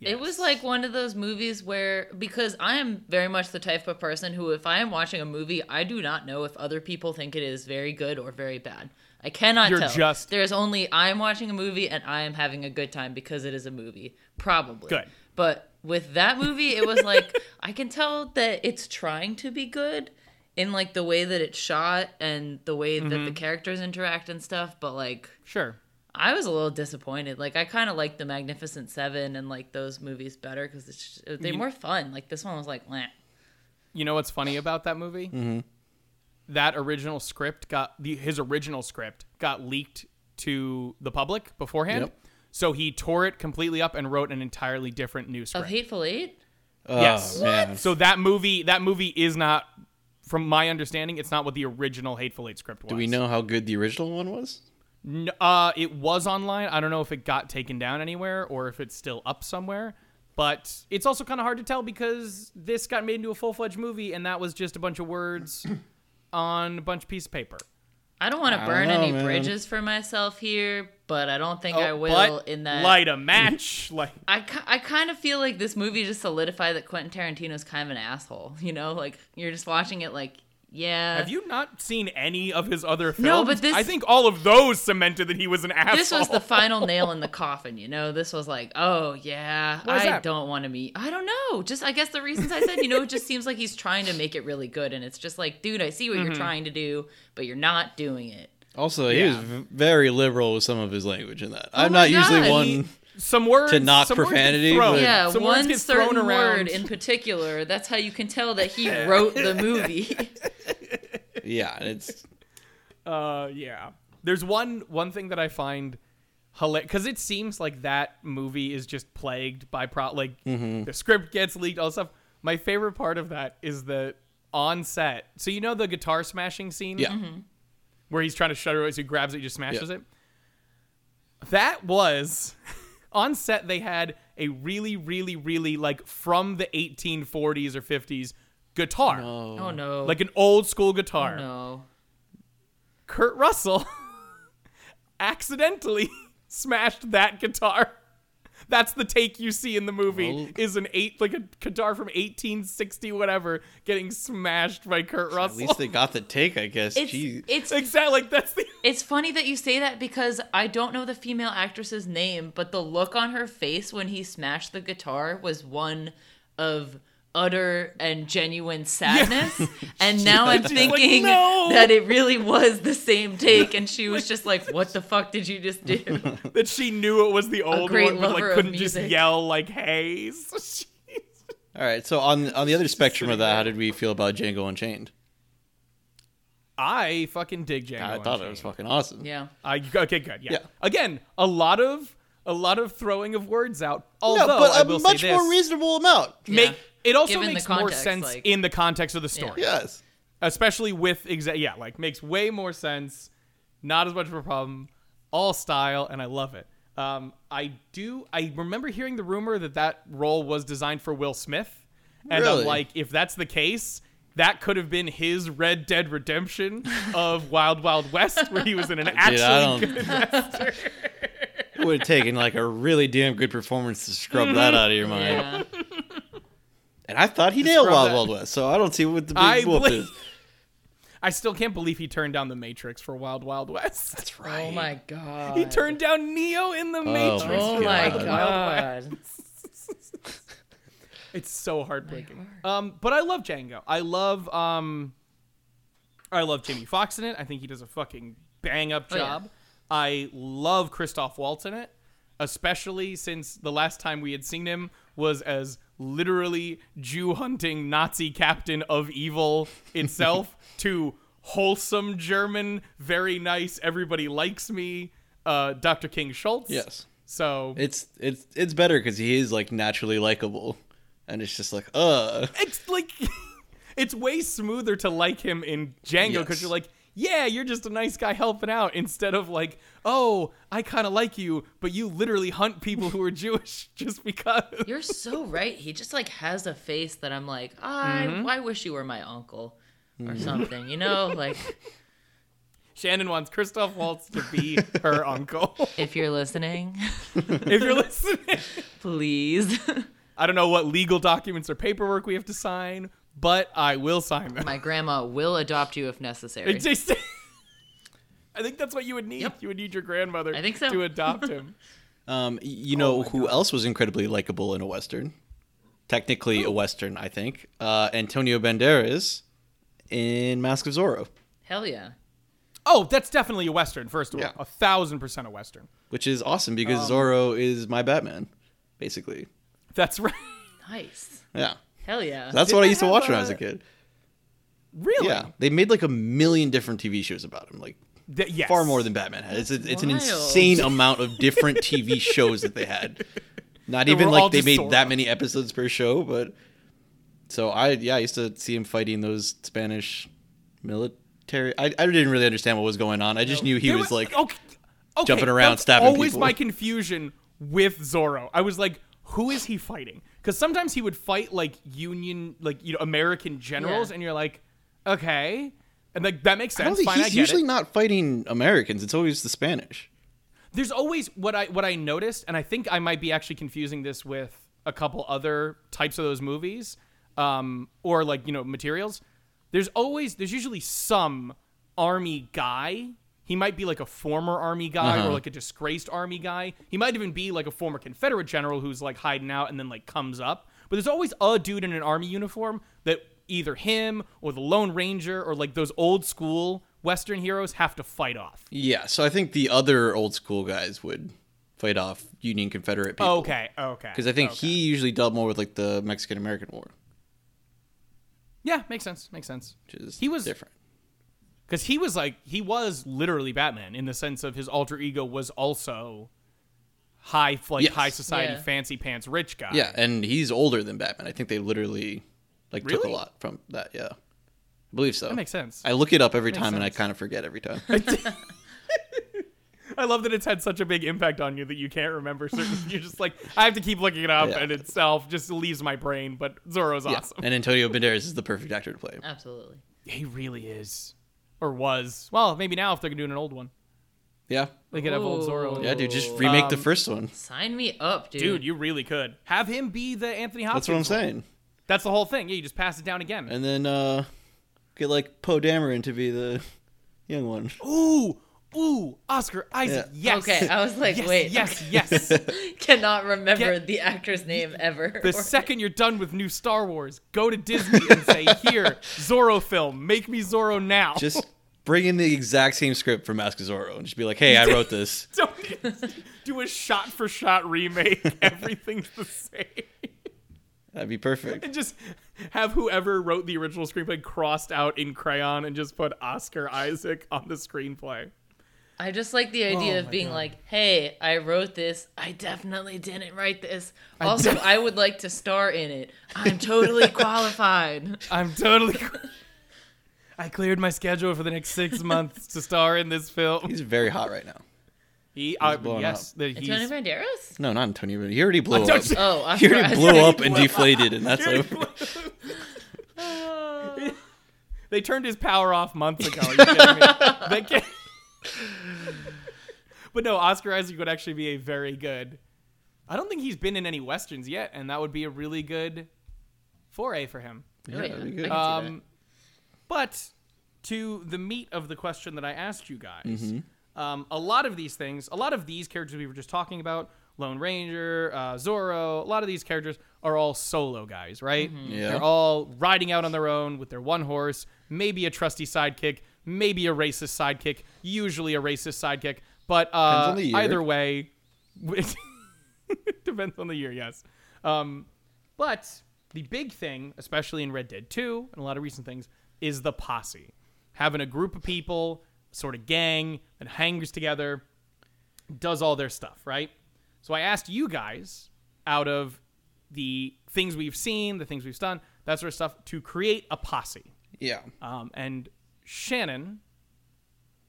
Speaker 4: It was like one of those movies where, because I am very much the type of person who, if I am watching a movie, I do not know if other people think it is very good or very bad. I cannot
Speaker 2: You're
Speaker 4: tell.
Speaker 2: just-
Speaker 4: There's only I'm watching a movie and I am having a good time because it is a movie, probably.
Speaker 2: Good.
Speaker 4: But with that movie, it was like I can tell that it's trying to be good in like the way that it's shot and the way that
Speaker 2: Mm-hmm.
Speaker 4: the characters interact and stuff, but like
Speaker 2: sure.
Speaker 4: I was a little disappointed. Like I kind of like the Magnificent Seven and like those movies better because it's just, they're more fun. Like this one was like, Meh.
Speaker 2: You know what's funny about that movie?
Speaker 3: Mm-hmm.
Speaker 2: That original script got the, his original script got leaked to the public beforehand.
Speaker 3: Yep.
Speaker 2: So he tore it completely up and wrote an entirely different new
Speaker 4: of
Speaker 2: script.
Speaker 4: Hateful Eight.
Speaker 3: Oh,
Speaker 2: Yes.
Speaker 3: man.
Speaker 2: so that movie, that movie is not, from my understanding, it's not what the original Hateful Eight script was.
Speaker 3: Do we know how good the original one was?
Speaker 2: N- uh, it was online. I don't know if it got taken down anywhere or if it's still up somewhere. But it's also kind of hard to tell because this got made into a full fledged movie, and that was just a bunch of words on a bunch of piece of paper.
Speaker 4: I don't want to
Speaker 3: don't
Speaker 4: burn
Speaker 3: know,
Speaker 4: any
Speaker 3: man.
Speaker 4: bridges for myself here, but I don't think I
Speaker 2: Oh,
Speaker 4: will.
Speaker 2: but
Speaker 4: In that,
Speaker 2: light a match, like
Speaker 4: I, ki- I kind of feel like this movie just solidified that Quentin Tarantino's kind of an asshole. You know, like you're just watching it like, yeah.
Speaker 2: have you not seen any of his other films?
Speaker 4: Uh, No, but this-
Speaker 2: I think all of those cemented that he was an asshole.
Speaker 4: this was the final nail in the coffin, you know. This was like, oh yeah,
Speaker 2: Why is
Speaker 4: I
Speaker 2: that?
Speaker 4: don't want to meet. I don't know. Just I guess the reasons I said, you know, it just seems like he's trying to make it really good, and it's just like, dude, I see what
Speaker 2: Mm-hmm.
Speaker 4: you're trying to do, but you're not doing it.
Speaker 3: Also, he was
Speaker 2: Yeah.
Speaker 3: v- very liberal with some of his language in that. I'm
Speaker 4: Oh my
Speaker 3: not usually
Speaker 4: God.
Speaker 3: one.
Speaker 2: some words
Speaker 3: To knock
Speaker 2: some words get
Speaker 3: profanity,
Speaker 2: thrown.
Speaker 3: but-
Speaker 4: Yeah,
Speaker 2: some words
Speaker 4: one
Speaker 2: get
Speaker 4: certain
Speaker 2: thrown around.
Speaker 4: word in particular. That's how you can tell that he wrote the movie.
Speaker 3: Yeah, and it's
Speaker 2: Uh, yeah. There's one one thing that I find hilarious because it seems like that movie is just plagued by pro like the script gets leaked, all this stuff. My favorite part of that is the on set. So you know the guitar smashing scene
Speaker 3: yeah.
Speaker 4: Mm-hmm.
Speaker 2: where he's trying to shutter it, so he grabs it, he just smashes it. That was on set. They had a really, really, really like from the 1840s or 50s guitar,
Speaker 4: oh no,
Speaker 2: like an old school guitar.
Speaker 4: no.
Speaker 2: Kurt Russell accidentally smashed that guitar. That's the take you see in the movie
Speaker 3: Well-
Speaker 2: is an eight like a guitar from 1860 whatever getting smashed by Kurt
Speaker 3: At
Speaker 2: Russell.
Speaker 3: least they got the take, I guess.
Speaker 4: It's
Speaker 3: Jeez.
Speaker 4: it's
Speaker 2: exactly like that's the
Speaker 4: It's funny that you say that because I don't know the female actress's name, but the look on her face when he smashed the guitar was one of utter and genuine sadness. And now I'm
Speaker 2: She's like,
Speaker 4: thinking
Speaker 2: "No."
Speaker 4: that it really was the same take, and she was just like, "What the fuck did you just do?"
Speaker 2: that she knew it was the old
Speaker 4: great
Speaker 2: one but
Speaker 4: lover
Speaker 2: like
Speaker 4: of
Speaker 2: couldn't just
Speaker 4: music.
Speaker 2: yell like Hayes.
Speaker 3: All right. So on on the other spectrum of that, how did we feel about Django Unchained?
Speaker 2: I fucking dig Django.
Speaker 3: I thought it
Speaker 2: Unchained.
Speaker 3: was fucking awesome.
Speaker 4: Yeah.
Speaker 2: I okay good yeah.
Speaker 3: Yeah.
Speaker 2: Again, a lot of a lot of throwing of words out. Although
Speaker 3: No, but
Speaker 2: I
Speaker 3: a
Speaker 2: will
Speaker 3: much
Speaker 2: say this,
Speaker 3: more reasonable amount.
Speaker 2: make
Speaker 4: Yeah.
Speaker 2: it also
Speaker 4: Given the
Speaker 2: makes more
Speaker 4: context,
Speaker 2: sense
Speaker 4: like-
Speaker 2: in the context of the story,
Speaker 3: Yes.
Speaker 2: especially with exa- yeah, like makes way more sense. Not as much of a problem. All style, and I love it. Um, I do. I remember hearing the rumor that that role was designed for Will Smith, and I'm
Speaker 3: Really?
Speaker 2: like, if that's the case. That could have been his Red Dead Redemption of Wild Wild West, where he was in an actually
Speaker 3: Dude, I don't. it would have taken like a really damn good performance to scrub
Speaker 2: Mm-hmm.
Speaker 3: that out of your mind.
Speaker 4: Yeah.
Speaker 3: And I thought he nailed
Speaker 2: Scrub
Speaker 3: Wild
Speaker 2: that.
Speaker 3: Wild West, so I don't see what the big
Speaker 2: I
Speaker 3: whoop
Speaker 2: believe-
Speaker 3: is.
Speaker 2: I still can't believe he turned down The Matrix for Wild Wild West.
Speaker 3: That's right.
Speaker 4: Oh my god.
Speaker 2: He turned down Neo in The Matrix.
Speaker 3: my
Speaker 4: Oh
Speaker 2: for
Speaker 4: my
Speaker 2: Wild Wild
Speaker 4: god.
Speaker 2: It's so heartbreaking. Um, but I love Django. I love um, I love Jamie Foxx in it. I think he does a fucking bang up
Speaker 4: Oh, yeah.
Speaker 2: job. I love Christoph Waltz in it, especially since the last time we had seen him was as literally Jew hunting Nazi captain of evil itself to wholesome German, very nice, everybody likes me, uh, Dr. King Schultz.
Speaker 3: Yes.
Speaker 2: So
Speaker 3: It's it's it's better because he is like naturally likable, and it's just like uh.
Speaker 2: it's like it's way smoother to like him in Django because
Speaker 3: Yes.
Speaker 2: you're like, yeah, you're just a nice guy helping out instead of like, oh, I kind of like you, but you literally hunt people who are Jewish just because.
Speaker 4: You're so right. He just like has a face that I'm like,
Speaker 2: Mm-hmm.
Speaker 4: I I wish you were my uncle or something. You know, like
Speaker 2: Shannon wants Christoph Waltz to be her uncle.
Speaker 4: If you're listening,
Speaker 2: if you're listening,
Speaker 4: please.
Speaker 2: I don't know what legal documents or paperwork we have to sign, but I will sign them.
Speaker 4: My grandma will adopt you if necessary.
Speaker 2: It just- I think that's what you would need. You would need your grandmother
Speaker 4: I think so.
Speaker 2: to adopt him.
Speaker 3: Um, y- you
Speaker 2: Oh
Speaker 3: know who else was incredibly likable in a western? Technically a western, I think. Uh, Antonio Banderas in Mask of Zorro,
Speaker 4: Hell yeah.
Speaker 2: oh, that's definitely a western. First of all,
Speaker 3: Yeah.
Speaker 2: a thousand percent a western.
Speaker 3: which is awesome because
Speaker 2: Oh.
Speaker 3: Zorro is my Batman, basically.
Speaker 2: That's right.
Speaker 4: Nice.
Speaker 3: Yeah,
Speaker 4: Hell yeah.
Speaker 3: that's
Speaker 2: Did
Speaker 3: what I
Speaker 2: they
Speaker 3: used to
Speaker 2: have,
Speaker 3: watch when I was
Speaker 2: uh,
Speaker 3: a kid.
Speaker 2: Really?
Speaker 3: Yeah, they made like a million different TV shows about him, like
Speaker 2: Th- yes.
Speaker 3: far more than Batman had. It's a, it's an
Speaker 4: Wild.
Speaker 3: insane amount of different TV shows that they had. Not
Speaker 2: They
Speaker 3: even
Speaker 2: were all
Speaker 3: like they
Speaker 2: just
Speaker 3: made
Speaker 2: Zorro.
Speaker 3: that many episodes per show, but so I yeah I used to see him fighting those Spanish military. I, I didn't really understand what was going on. I just knew he
Speaker 2: There
Speaker 3: was like
Speaker 2: okay, okay,
Speaker 3: jumping around,
Speaker 2: that's
Speaker 3: stabbing
Speaker 2: Always
Speaker 3: people.
Speaker 2: my confusion with Zorro. I was like, who is he fighting? Because sometimes he would fight like Union, like you know, American generals,
Speaker 4: Yeah.
Speaker 2: and you're like, okay, and like that makes
Speaker 3: I don't
Speaker 2: sense.
Speaker 3: think
Speaker 2: Fine, I
Speaker 3: he's
Speaker 2: get
Speaker 3: usually
Speaker 2: it.
Speaker 3: not fighting Americans. It's always the Spanish.
Speaker 2: There's always what I what I noticed, and I think I might be actually confusing this with a couple other types of those movies, um, or like you know materials. There's always there's usually some army guy. He might be like a former army guy
Speaker 3: Uh-huh.
Speaker 2: or like a disgraced army guy. He might even be like a former Confederate general who's like hiding out and then like comes up. But there's always a dude in an army uniform that either him or the Lone Ranger or like those old school Western heroes have to fight off.
Speaker 3: Yeah, so I think the other old school guys would fight off Union Confederate people.
Speaker 2: Okay, okay.
Speaker 3: Because I think
Speaker 2: okay.
Speaker 3: he usually dealt more with like the Mexican American War,
Speaker 2: Yeah, makes sense. Makes sense.
Speaker 3: which is
Speaker 2: He was-
Speaker 3: different.
Speaker 2: Because he was like he was literally Batman in the sense of his alter ego was also high like
Speaker 3: Yes.
Speaker 2: high society
Speaker 4: Yeah.
Speaker 2: fancy pants rich guy.
Speaker 3: Yeah, and he's older than Batman. I think they literally like took a
Speaker 2: Really?
Speaker 3: lot from that. Yeah, I believe so.
Speaker 2: That makes sense.
Speaker 3: I look it up every time and I
Speaker 2: sense.
Speaker 3: kind of forget every time.
Speaker 2: I love that it's had such a big impact on you that you can't remember certain you're just like I have to keep looking it up
Speaker 3: Yeah.
Speaker 2: and itself just leaves my brain, but Zorro's
Speaker 3: Yeah.
Speaker 2: awesome.
Speaker 3: And Antonio Banderas is the perfect actor to play. him.
Speaker 4: Absolutely.
Speaker 2: He really is. Or was. Well, maybe now if they're doing an old one.
Speaker 3: Yeah,
Speaker 2: They could have old Zorro. in it.
Speaker 3: yeah, dude, just remake the
Speaker 2: Um,
Speaker 3: first one.
Speaker 4: Sign me up, dude.
Speaker 2: Dude, you really could. Have him be the Anthony Hopkins.
Speaker 3: That's what I'm
Speaker 2: role.
Speaker 3: saying.
Speaker 2: That's the whole thing. Yeah, you just pass it down again.
Speaker 3: And then uh get like Poe Dameron to be the young one.
Speaker 2: Ooh, ooh, Oscar Isaac.
Speaker 3: Yeah.
Speaker 2: Yes.
Speaker 4: Okay, I was like,
Speaker 2: yes,
Speaker 4: wait.
Speaker 2: Yes, yes.
Speaker 4: Cannot remember
Speaker 2: Get-
Speaker 4: the actor's name ever.
Speaker 2: the second you're done with new Star Wars, go to Disney and say, "Here, Zorro film. Make me Zorro now."
Speaker 3: Just bring in the exact same script from Mask of Zorro and just be like, "Hey, I wrote this."
Speaker 2: Don't- do a shot for shot remake. Everything's the same.
Speaker 3: That'd be perfect.
Speaker 2: And just have whoever wrote the original screenplay crossed out in crayon and just put Oscar Isaac on the screenplay.
Speaker 4: I just like the idea
Speaker 2: Oh
Speaker 4: of
Speaker 2: my
Speaker 4: being
Speaker 2: God.
Speaker 4: like, hey, I wrote this. I definitely didn't write this. Also,
Speaker 2: de-
Speaker 4: I would like to star in it. I'm totally qualified.
Speaker 2: I'm totally. I cleared my schedule for the next six months to star in this film.
Speaker 3: He's very hot right now.
Speaker 2: He, uh,
Speaker 3: blown
Speaker 2: yes, the-
Speaker 4: Antonio
Speaker 2: he's
Speaker 4: Banderas?
Speaker 3: No, not Antonio. Banderas. He already blew up.
Speaker 2: Antonio-
Speaker 4: Oh, I'm
Speaker 3: He already
Speaker 4: sorry.
Speaker 3: blew up and deflated, and that's over.
Speaker 2: They turned his power off months ago. Are you kidding me? They can't- but no, Oscar Isaac would actually be a very good. I don't think he's been in any westerns yet, and that would be a really good foray for him.
Speaker 4: Oh, yeah.
Speaker 3: that'd be good.
Speaker 4: I can see that.
Speaker 2: Um, but to the meat of the question that I asked you guys, um, a lot of these things, a lot of these characters we were just talking about, Lone Ranger, uh, Zorro, a lot of these characters are all solo guys, right?
Speaker 3: Yeah.
Speaker 2: They're all riding out on their own with their one horse, maybe a trusty sidekick, maybe a racist sidekick, usually a racist sidekick. But uh,
Speaker 3: on the year.
Speaker 2: either way, it depends on the year, yes. Um, but the big thing, especially in Red Dead 2 and a lot of recent things, is the posse. Having a group of people, sort of gang, that hangs together, does all their stuff, right? So I asked you guys out of the things we've seen, the things we've done, that sort of stuff, to create a posse.
Speaker 3: Yeah.
Speaker 2: Um, and Shannon,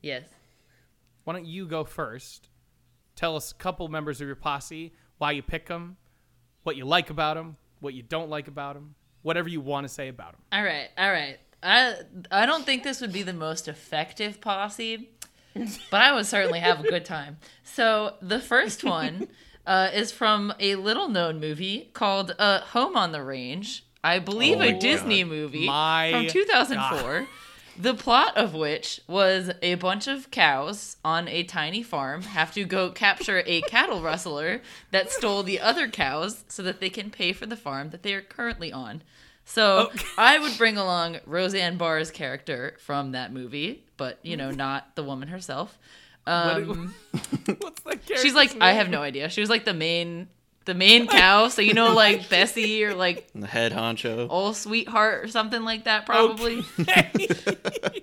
Speaker 4: Yes.
Speaker 2: why don't you go first? Tell us a couple members of your posse, why you pick them, what you like about them, what you don't like about them, whatever you want to say about them.
Speaker 4: All right, all right. I I don't think this would be the most effective posse, but I would certainly have a good time. So the first one uh, is from a little known movie called uh, Home on the Range. I believe
Speaker 3: Oh
Speaker 4: a
Speaker 3: my
Speaker 4: Disney movie
Speaker 2: My
Speaker 4: from 2004. The plot of which was a bunch of cows on a tiny farm have to go capture a cattle rustler that stole the other cows so that they can pay for the farm that they are currently on. So I would bring along Roseanne Barr's character from that movie, but you know, not the woman herself. Um,
Speaker 2: What's that character?
Speaker 4: she's like, I have no idea. She was like the main, the main cow. So you know, like Bessie or like
Speaker 3: And the head honcho.
Speaker 4: old sweetheart or something like that, probably.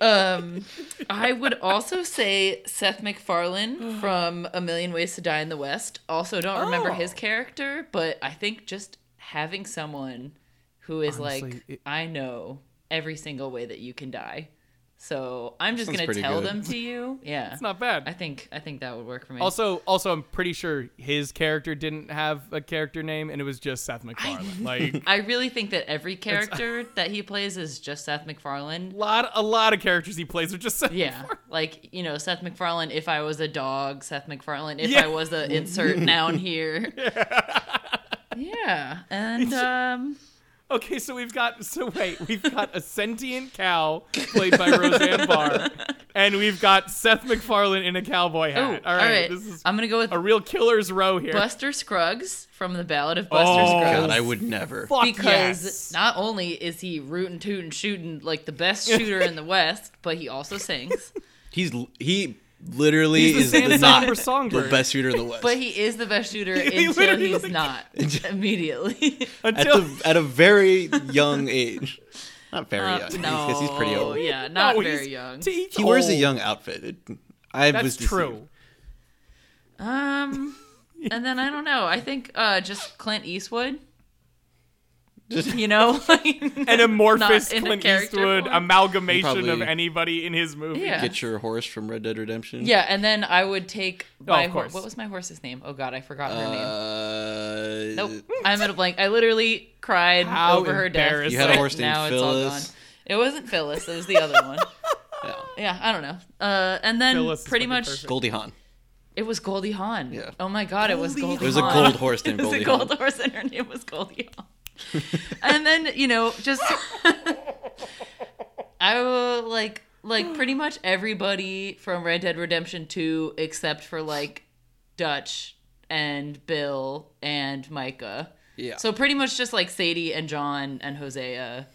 Speaker 4: um, I would also say Seth MacFarlane from A Million Ways to Die in the West. Also, don't remember his
Speaker 2: Oh.
Speaker 4: character, but I think just having someone who is
Speaker 2: Honestly,
Speaker 4: like,
Speaker 2: it-
Speaker 4: I know every single way that you can die, so I'm just
Speaker 3: Sounds
Speaker 4: gonna
Speaker 3: pretty
Speaker 4: tell
Speaker 3: good.
Speaker 4: them to you. Yeah,
Speaker 2: It's not bad.
Speaker 4: I think I think that would work for me.
Speaker 2: Also, also, I'm pretty sure his character didn't have a character name, and it was just Seth MacFarlane. like
Speaker 4: I really think that every character that he plays is just Seth MacFarlane.
Speaker 2: a lot, a lot of characters he plays are just Seth.
Speaker 4: Yeah, like you know, Seth MacFarlane. If I was a dog, Seth MacFarlane. If
Speaker 2: Yeah.
Speaker 4: I was a insert noun here. Yeah, and um,
Speaker 2: Okay, so we've got so wait, we've got a sentient cow played by Roseanne Barr, and we've got Seth MacFarlane in a cowboy
Speaker 4: oh,
Speaker 2: hat. all right, this is
Speaker 4: I'm gonna go with
Speaker 2: a real killer's row here.
Speaker 4: Buster Scruggs from the Ballad of Buster
Speaker 2: Oh,
Speaker 4: Scruggs.
Speaker 3: God, I would never.
Speaker 2: Fuck
Speaker 4: because
Speaker 2: yes.
Speaker 4: not only is he rootin' tootin' shooting like the best shooter in the West, but he also sings.
Speaker 3: He's he literally
Speaker 2: He's
Speaker 3: is
Speaker 2: the
Speaker 3: the,
Speaker 2: Santa
Speaker 3: not
Speaker 2: Barbara
Speaker 3: the
Speaker 2: songbird.
Speaker 3: best shooter in the West.
Speaker 4: But he is the best shooter
Speaker 2: He
Speaker 4: until
Speaker 2: literally,
Speaker 4: he's
Speaker 2: like-
Speaker 4: not immediately.
Speaker 3: at,
Speaker 2: until
Speaker 3: the, at a very young age. Not very
Speaker 4: Uh,
Speaker 3: young.
Speaker 4: no,
Speaker 3: Because he's pretty old. Oh.
Speaker 4: Yeah, not
Speaker 2: No,
Speaker 4: very
Speaker 2: he's-
Speaker 4: young.
Speaker 2: he's
Speaker 3: He wears a
Speaker 2: old.
Speaker 3: young outfit. It, I
Speaker 2: That's
Speaker 3: was deceived.
Speaker 2: true.
Speaker 4: Um, and then I don't know. I think uh, just Clint Eastwood.
Speaker 3: Just-
Speaker 4: you know, like,
Speaker 2: An amorphous
Speaker 4: not in a
Speaker 2: Clint
Speaker 4: character
Speaker 2: Eastwood
Speaker 4: form.
Speaker 2: amalgamation
Speaker 3: Probably-
Speaker 2: of anybody in his movie.
Speaker 4: Yeah.
Speaker 3: Get your horse from Red Dead Redemption.
Speaker 4: yeah, and then I would take
Speaker 2: Oh,
Speaker 4: my
Speaker 2: of
Speaker 4: horse.
Speaker 2: course.
Speaker 4: What was my horse's name? Oh God, I forgot her name.
Speaker 3: Uh,
Speaker 4: Nope, I'm at a blank. I literally cried
Speaker 2: How
Speaker 4: over her death.
Speaker 2: embarrassing.
Speaker 3: You had a horse named
Speaker 4: now
Speaker 3: Phyllis.
Speaker 4: It's all gone. It wasn't Phyllis. It was the other one.
Speaker 3: Yeah.
Speaker 4: Yeah, I don't know. Uh, and then
Speaker 2: Phyllis is
Speaker 4: pretty
Speaker 2: fucking
Speaker 4: much
Speaker 2: perfect.
Speaker 3: Goldie Hawn.
Speaker 4: it was Goldie Hawn.
Speaker 3: Yeah.
Speaker 4: Oh my God, it was
Speaker 2: Goldie
Speaker 4: Goldie.
Speaker 2: Hawn.
Speaker 3: There was a
Speaker 4: Hawn.
Speaker 3: gold horse named
Speaker 4: It was
Speaker 3: Goldie
Speaker 4: a
Speaker 3: Hawn.
Speaker 4: gold horse, and her name was Goldie Hawn. and then you know, just I will like like pretty much everybody from Red Dead Redemption Two, except for like Dutch and Bill and Micah.
Speaker 3: Yeah.
Speaker 4: So pretty much just like Sadie and John and Hosea.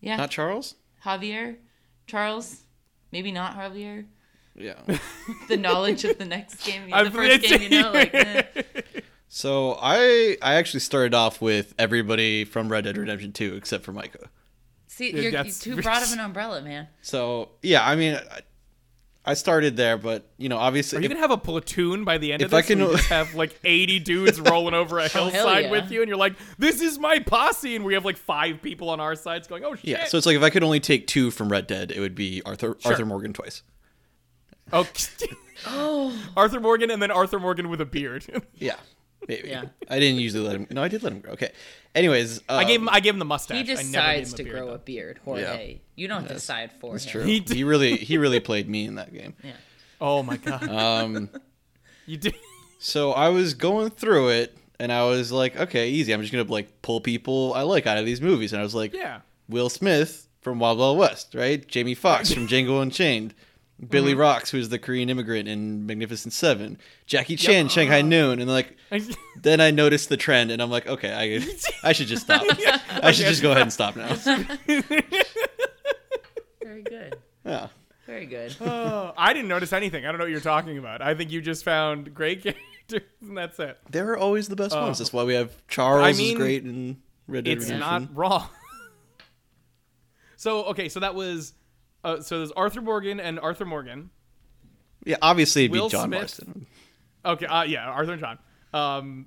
Speaker 4: Yeah,
Speaker 3: Not Charles?
Speaker 4: Javier, Charles, maybe not Javier.
Speaker 3: Yeah.
Speaker 4: The knowledge of the next game,
Speaker 2: I'm
Speaker 4: the first game, you know, like. eh.
Speaker 3: so I I actually started off with everybody from Red Dead Redemption 2 except for Micah.
Speaker 4: See,
Speaker 2: Yeah,
Speaker 4: you're, you're
Speaker 2: that's-
Speaker 4: too broad of an umbrella, man.
Speaker 3: So yeah, I mean, I, I started there, but you know, obviously,
Speaker 2: Are you
Speaker 3: if-
Speaker 2: gonna have a platoon by the end
Speaker 3: if
Speaker 2: of this?
Speaker 3: I can-
Speaker 2: where you just have like eighty dudes rolling over a
Speaker 4: Oh, hell
Speaker 2: hillside
Speaker 4: yeah.
Speaker 2: with you, and you're like, "This is my posse," and we have like five people on our sides going, "Oh shit!"
Speaker 3: yeah. So it's like if I could only take two from Red Dead, it would be Arthur Arthur Morgan twice.
Speaker 2: oh,
Speaker 4: Oh.
Speaker 2: Arthur Morgan, and then Arthur Morgan with a beard.
Speaker 3: Yeah, maybe.
Speaker 4: Yeah.
Speaker 3: I didn't usually let him. No, I did let him grow. Okay. Anyways, um,
Speaker 2: I gave him, I gave him the mustache.
Speaker 4: He
Speaker 2: I never gave
Speaker 4: decides
Speaker 2: him the
Speaker 4: to
Speaker 2: beard,
Speaker 4: grow
Speaker 2: though.
Speaker 4: a beard, Jorge. You don't decide for
Speaker 3: That's
Speaker 4: him.
Speaker 3: true.
Speaker 2: He
Speaker 3: He,
Speaker 2: did.
Speaker 3: really he really played me in that game.
Speaker 4: Yeah.
Speaker 2: Oh my god,
Speaker 3: Um.
Speaker 2: you did.
Speaker 3: So I was going through it, and I was like, okay, easy. I'm just gonna like pull people I like out of these movies, and I was like,
Speaker 2: Yeah.
Speaker 3: Will Smith from Wild Wild West, right? Jamie Foxx from Django Unchained. Billy
Speaker 2: Mm-hmm.
Speaker 3: Rocks, who's the Korean immigrant in Magnificent Seven, Jackie Chan, Shanghai Noon, and like then I noticed the trend, and I'm like, okay, I I should just stop. I should just go ahead and stop now.
Speaker 4: Very good.
Speaker 3: Yeah.
Speaker 4: Very good.
Speaker 2: Oh, I didn't notice anything. I don't know what you're talking about. I think you just found great characters, and that's it.
Speaker 3: They're always the best ones. That's why we have Charles
Speaker 2: Uh, I
Speaker 3: is
Speaker 2: mean,
Speaker 3: great and Red Dead
Speaker 2: it's
Speaker 3: Redemption.
Speaker 2: not wrong. so okay, so that was uh, so there's Arthur Morgan and Arthur Morgan.
Speaker 3: yeah, obviously it'd
Speaker 2: Will
Speaker 3: be John
Speaker 2: Smith.
Speaker 3: Marston.
Speaker 2: Okay, uh, yeah, Arthur and John. Um,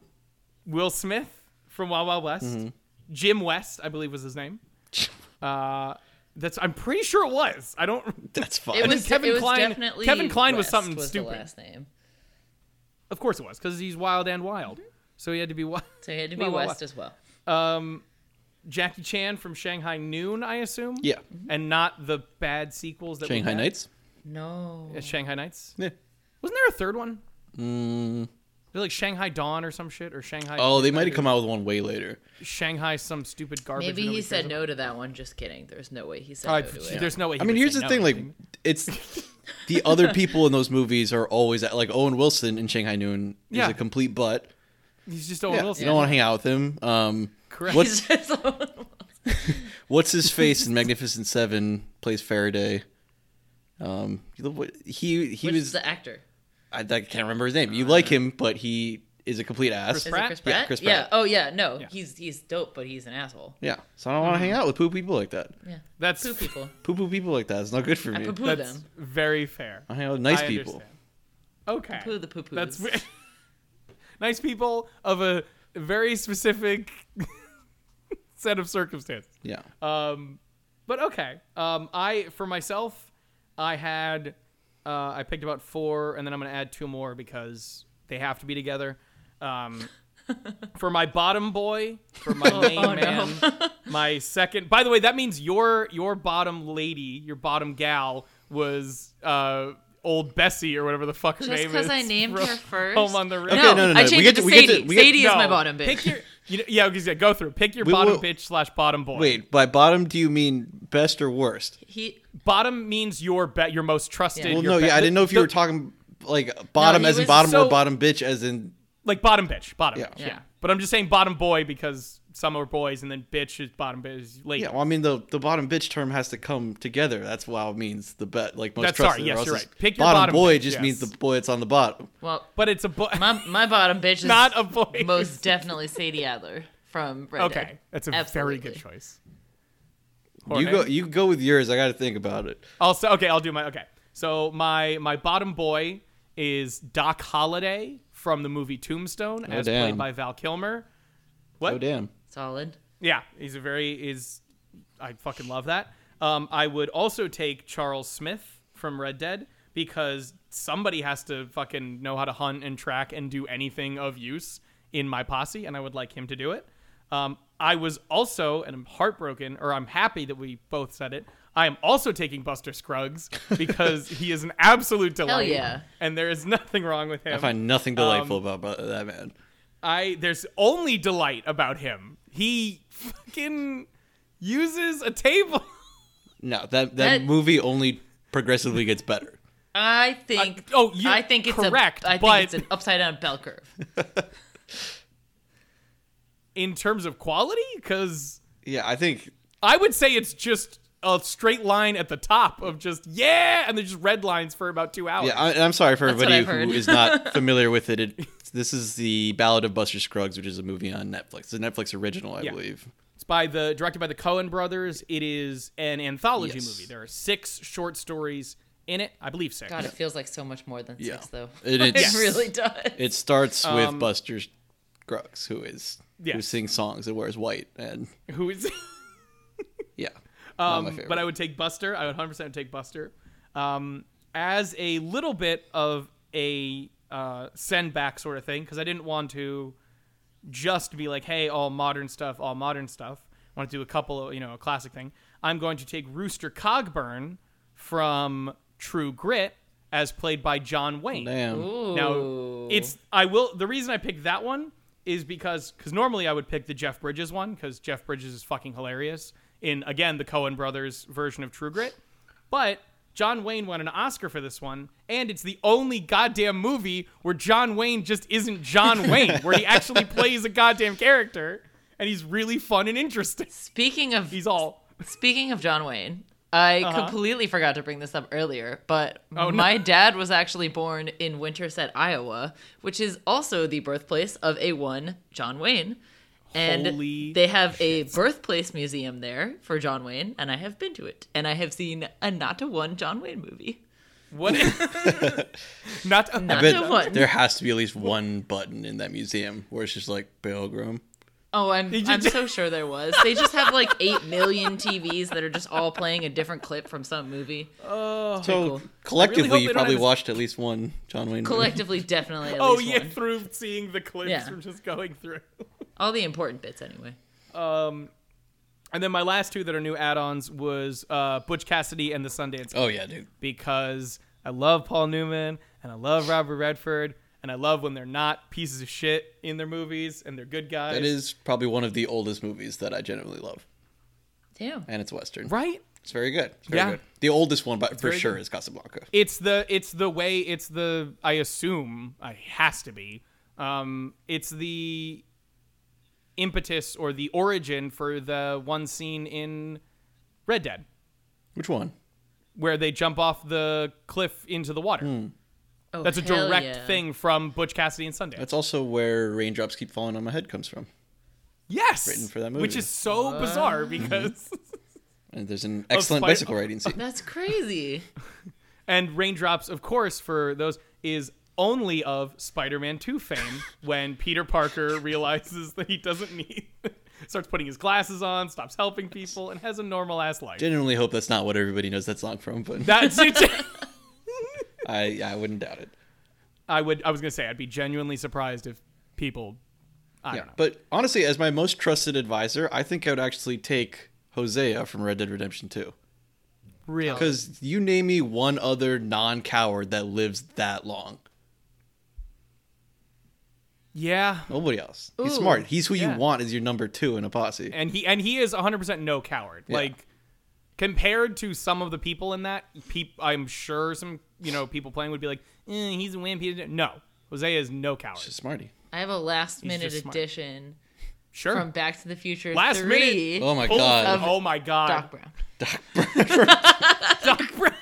Speaker 2: Will Smith from Wild Wild West.
Speaker 3: Mm-hmm.
Speaker 2: Jim West, I believe was his name. Uh, that's I'm pretty sure it was. I don't.
Speaker 3: That's
Speaker 4: It
Speaker 3: fine.
Speaker 4: was,
Speaker 2: Kevin
Speaker 4: it was
Speaker 2: Kline-
Speaker 4: definitely
Speaker 2: Kevin Kline was
Speaker 4: West
Speaker 2: something
Speaker 4: was
Speaker 2: stupid.
Speaker 4: The last name.
Speaker 2: Of course it was because he's wild and
Speaker 4: Mm-hmm.
Speaker 2: wild, so he had to be wild.
Speaker 4: So he had to be
Speaker 2: Well, well,
Speaker 4: West
Speaker 2: well.
Speaker 4: as well.
Speaker 2: Um, Jackie Chan from Shanghai Noon, I assume.
Speaker 3: Yeah.
Speaker 2: and not the bad sequels that we
Speaker 3: Shanghai
Speaker 2: had.
Speaker 3: Knights.
Speaker 4: No.
Speaker 2: Uh, Shanghai Nights.
Speaker 3: Yeah.
Speaker 2: Wasn't there a third one?
Speaker 3: Mm.
Speaker 2: They're like Shanghai Dawn or some shit, or Shanghai.
Speaker 3: Oh, they might have come out with one way later.
Speaker 2: Shanghai some stupid garbage.
Speaker 4: Maybe
Speaker 2: nobody
Speaker 4: he
Speaker 2: cares
Speaker 4: said
Speaker 2: about.
Speaker 4: no to that one. Just kidding. There's no way he said
Speaker 2: Uh,
Speaker 4: no to it.
Speaker 2: there's no way. he
Speaker 3: I mean,
Speaker 2: would
Speaker 3: here's
Speaker 2: say
Speaker 3: the
Speaker 2: no.
Speaker 3: thing: like, it's the other people in those movies are always like Owen Wilson in Shanghai Noon is
Speaker 2: Yeah.
Speaker 3: a complete butt.
Speaker 2: he's just Owen
Speaker 3: Yeah,
Speaker 2: Wilson.
Speaker 3: You don't want to hang out with him. Um,
Speaker 2: Correct.
Speaker 3: What's
Speaker 4: He's just
Speaker 3: what's his face in Magnificent Seven plays Faraday. Um, you know what- he he
Speaker 4: Which
Speaker 3: was
Speaker 4: is the actor.
Speaker 3: I, I can't remember his name. You like him, but he is a complete ass.
Speaker 4: Is
Speaker 2: Uh, Pratt?
Speaker 4: it Chris
Speaker 3: Yeah,
Speaker 4: Pratt?
Speaker 3: Chris Pratt.
Speaker 4: Oh yeah. No,
Speaker 2: Yeah.
Speaker 4: he's he's dope, but he's an asshole.
Speaker 3: Yeah, so I don't want
Speaker 2: Mm.
Speaker 3: to hang out with poo people like that.
Speaker 4: Yeah.
Speaker 2: That's
Speaker 4: Poo people.
Speaker 3: Poo poo people like that. It's not good for
Speaker 4: I
Speaker 3: me.
Speaker 4: poo poo
Speaker 2: that's
Speaker 4: them.
Speaker 2: very fair.
Speaker 3: I hang out with nice
Speaker 2: I
Speaker 3: people.
Speaker 2: understand. Okay.
Speaker 4: Poo the poo poos.
Speaker 2: That's nice people of a very specific set of circumstances.
Speaker 3: Yeah.
Speaker 2: Um, but okay. Um, I for myself, I had uh, I picked about four, and then I'm gonna add two more because they have to be together. Um, for my bottom boy, for my main
Speaker 4: oh, no.
Speaker 2: man, my second. By the way, that means your your bottom lady, your bottom gal was uh, old Bessie or whatever the fuck her
Speaker 4: Just
Speaker 2: name is.
Speaker 4: because I named
Speaker 2: from
Speaker 4: her first.
Speaker 2: Home on the Range.
Speaker 3: Okay, no, no, no.
Speaker 4: I
Speaker 3: We
Speaker 4: changed
Speaker 3: get
Speaker 4: it to,
Speaker 3: to- we get
Speaker 4: Sadie.
Speaker 3: to- we get-
Speaker 4: Sadie is my
Speaker 2: No,
Speaker 4: bottom bitch.
Speaker 2: Pick your, you know, yeah, because yeah, go through. Pick your
Speaker 3: We
Speaker 2: bottom
Speaker 3: will-
Speaker 2: bitch slash bottom boy.
Speaker 3: Wait, by bottom do you mean best or worst?
Speaker 4: He
Speaker 2: bottom means your bet, your most trusted.
Speaker 4: Yeah.
Speaker 3: Well,
Speaker 2: your
Speaker 3: no,
Speaker 2: be-
Speaker 3: yeah, I didn't know if you
Speaker 2: the-
Speaker 3: were talking like bottom
Speaker 4: he
Speaker 3: as in
Speaker 4: was-
Speaker 3: bottom
Speaker 2: so-
Speaker 3: or bottom bitch as in
Speaker 2: like bottom bitch, bottom.
Speaker 3: Yeah.
Speaker 2: bitch, yeah.
Speaker 4: Yeah.
Speaker 2: But I'm just saying bottom boy because some are boys, and then bitch is bottom bitch. Is lady.
Speaker 3: yeah. Well, I mean the the bottom bitch term has to come together. That's wow means the bet like
Speaker 2: That's-
Speaker 3: most
Speaker 2: sorry,
Speaker 3: trusted. or
Speaker 2: yes,
Speaker 3: else
Speaker 2: you're
Speaker 3: it's-
Speaker 2: right. Pick your bottom
Speaker 3: boy
Speaker 2: bitch,
Speaker 3: just
Speaker 2: yes.
Speaker 3: means the boy that's on the bottom.
Speaker 4: well,
Speaker 2: But it's a boy.
Speaker 4: my my bottom bitch is
Speaker 2: Not a boy.
Speaker 4: Most definitely Sadie Adler from Red Dead.
Speaker 2: okay, that's a
Speaker 4: Absolutely.
Speaker 2: very good choice.
Speaker 3: You
Speaker 2: Jorge?
Speaker 3: go you go with yours. I got to think about it.
Speaker 2: Also, okay, I'll do my okay. So my my bottom boy is Doc Holliday from the movie Tombstone, as
Speaker 3: Oh, damn.
Speaker 2: played by Val Kilmer.
Speaker 3: Oh damn.
Speaker 4: Solid.
Speaker 2: Yeah, he's a very is. I fucking love that. Um, I would also take Charles Smith from Red Dead because somebody has to fucking know how to hunt and track and do anything of use in my posse, and I would like him to do it. Um, I was also, and I'm heartbroken, or I'm happy that we both said it. I am also taking Buster Scruggs because he is an absolute delight.
Speaker 4: yeah.
Speaker 2: And there is nothing wrong with him.
Speaker 3: I find nothing delightful
Speaker 2: Um,
Speaker 3: about, about that man.
Speaker 2: I there's only delight about him. He fucking uses a table.
Speaker 3: No, that that,
Speaker 4: That-
Speaker 3: movie only progressively gets better.
Speaker 4: I think.
Speaker 2: I- oh, you-
Speaker 4: I think it's
Speaker 2: correct,
Speaker 4: A, I think
Speaker 2: but-
Speaker 4: it's an upside down bell curve.
Speaker 2: in terms of quality because
Speaker 3: Yeah, I think
Speaker 2: I would say it's just a straight line at the top of just yeah, and there's just red lines for about two hours.
Speaker 3: Yeah, I, and I'm sorry for
Speaker 4: That's what
Speaker 3: everybody
Speaker 4: I've
Speaker 3: who
Speaker 4: heard.
Speaker 3: is not familiar with it. it. This is the Ballad of Buster Scruggs, which is a movie on Netflix. It's a Netflix original, I
Speaker 2: Yeah.
Speaker 3: believe.
Speaker 2: It's by the directed by the Cohen brothers. It is an anthology
Speaker 3: Yes.
Speaker 2: movie. There are six short stories in it. I believe six.
Speaker 4: God, it feels like so much more than six, though.
Speaker 3: It,
Speaker 4: It
Speaker 3: it's-
Speaker 4: really does.
Speaker 3: it starts with Buster Scruggs, who is who
Speaker 2: Um, Yes.
Speaker 3: sings songs and wears white, and
Speaker 2: Who is?
Speaker 3: yeah, not my
Speaker 2: Um,
Speaker 3: favorite.
Speaker 2: but I would take Buster. I would 100% take Buster. Um, as a little bit of a uh, send back sort of thing, because I didn't want to just be like, hey, all modern stuff, all modern stuff. I want to do a couple of, you know, a classic thing. I'm going to take Rooster Cogburn from True Grit as played by John Wayne.
Speaker 3: Damn.
Speaker 4: Ooh.
Speaker 2: Now it's I will the reason I picked that one is because because normally I would pick the Jeff Bridges one because Jeff Bridges is fucking hilarious in again the Cohen brothers version of True Grit, but John Wayne won an Oscar for this one, and it's the only goddamn movie where John Wayne just isn't John Wayne, where he actually plays a goddamn character, and he's really fun and interesting.
Speaker 4: Speaking of
Speaker 2: He's all
Speaker 4: Speaking of John Wayne, I
Speaker 2: Uh-huh.
Speaker 4: completely forgot to bring this up earlier, but
Speaker 2: Oh,
Speaker 4: my dad was actually born in Winterset, Iowa, which is also the birthplace of a one John Wayne. And
Speaker 2: Holy
Speaker 4: they have a birthplace museum there for John Wayne, and I have been to it, and I have seen a not a one John Wayne movie.
Speaker 2: what? Not a,
Speaker 4: Not
Speaker 3: But
Speaker 4: a one.
Speaker 3: there has to be at least one button in that museum where it's just like Pilgrim.
Speaker 4: Oh, I'm
Speaker 2: you
Speaker 4: I'm
Speaker 2: do-
Speaker 4: so sure there was. They just have like eight million TVs that are just all playing a different clip from some movie.
Speaker 3: So
Speaker 4: cool.
Speaker 3: collectively,
Speaker 2: Oh, hope they
Speaker 3: you
Speaker 2: don't
Speaker 3: probably
Speaker 2: have a-
Speaker 3: watched at least one John Wayne. movie.
Speaker 4: Collectively, definitely. At
Speaker 2: oh
Speaker 4: least
Speaker 2: yeah,
Speaker 4: one.
Speaker 2: through seeing the clips
Speaker 4: Yeah.
Speaker 2: from just going through.
Speaker 4: all the important bits anyway.
Speaker 2: And then my last two that are new add-ons was uh, Butch Cassidy and the Sundance Kid
Speaker 3: Oh yeah, dude.
Speaker 2: because I love Paul Newman and I love Robert Redford and I love when they're not pieces of shit in their movies and they're good guys.
Speaker 3: That is probably one of the oldest movies that I genuinely love,
Speaker 4: Damn.
Speaker 3: and it's western.
Speaker 2: right.
Speaker 3: It's very good. It's very
Speaker 2: Yeah.
Speaker 3: good. The oldest one, but for
Speaker 2: very
Speaker 3: sure,
Speaker 2: good.
Speaker 3: is Casablanca.
Speaker 2: It's the it's the way it's the I assume I has to be. Um, it's the impetus or the origin for the one scene in Red Dead
Speaker 3: Which one?
Speaker 2: where they jump off the cliff into the water.
Speaker 3: Hmm.
Speaker 4: Oh,
Speaker 2: That's a
Speaker 4: hell
Speaker 2: direct
Speaker 4: yeah.
Speaker 2: thing from Butch Cassidy and Sundance.
Speaker 3: That's also where "Raindrops Keep Falling on My Head" comes from.
Speaker 2: yes,
Speaker 3: written for that
Speaker 2: which
Speaker 3: movie.
Speaker 2: is so bizarre because
Speaker 3: And there's an excellent
Speaker 2: Spider-
Speaker 3: bicycle riding scene.
Speaker 4: That's crazy.
Speaker 2: And Raindrops, of course, for those is only of Spider-Man 2 fame when Peter Parker realizes that he doesn't need starts putting his glasses on, stops helping people and has a normal ass life.
Speaker 3: Genuinely hope that's not what everybody knows that song from, but
Speaker 2: That's it.
Speaker 3: I I wouldn't doubt it.
Speaker 2: I would I was going to say I'd be genuinely surprised if people I
Speaker 3: Yeah,
Speaker 2: don't know.
Speaker 3: but honestly, as my most trusted advisor, I think I would actually take Hosea from Red Dead Redemption 2.
Speaker 2: Really.
Speaker 3: Because you name me one other non coward that lives that long.
Speaker 2: Yeah.
Speaker 3: Nobody else. He's
Speaker 4: Ooh,
Speaker 3: smart. He's who
Speaker 2: yeah.
Speaker 3: you want as your number two in a posse.
Speaker 2: And he and he is 100% no coward.
Speaker 3: Yeah.
Speaker 2: Like compared to some of the people in that, peop, I'm sure some, you know, people playing would be like, eh, he's a wimp. He didn't-" no. Jose is no coward.
Speaker 3: Just smarty.
Speaker 4: I have a last minute
Speaker 2: just smart.
Speaker 4: edition
Speaker 2: Sure.
Speaker 4: from Back to the Future
Speaker 2: Last
Speaker 4: 3.
Speaker 3: Oh my
Speaker 2: Full
Speaker 3: god.
Speaker 2: of- oh my god.
Speaker 4: Doc Brown.
Speaker 2: Doc Brown.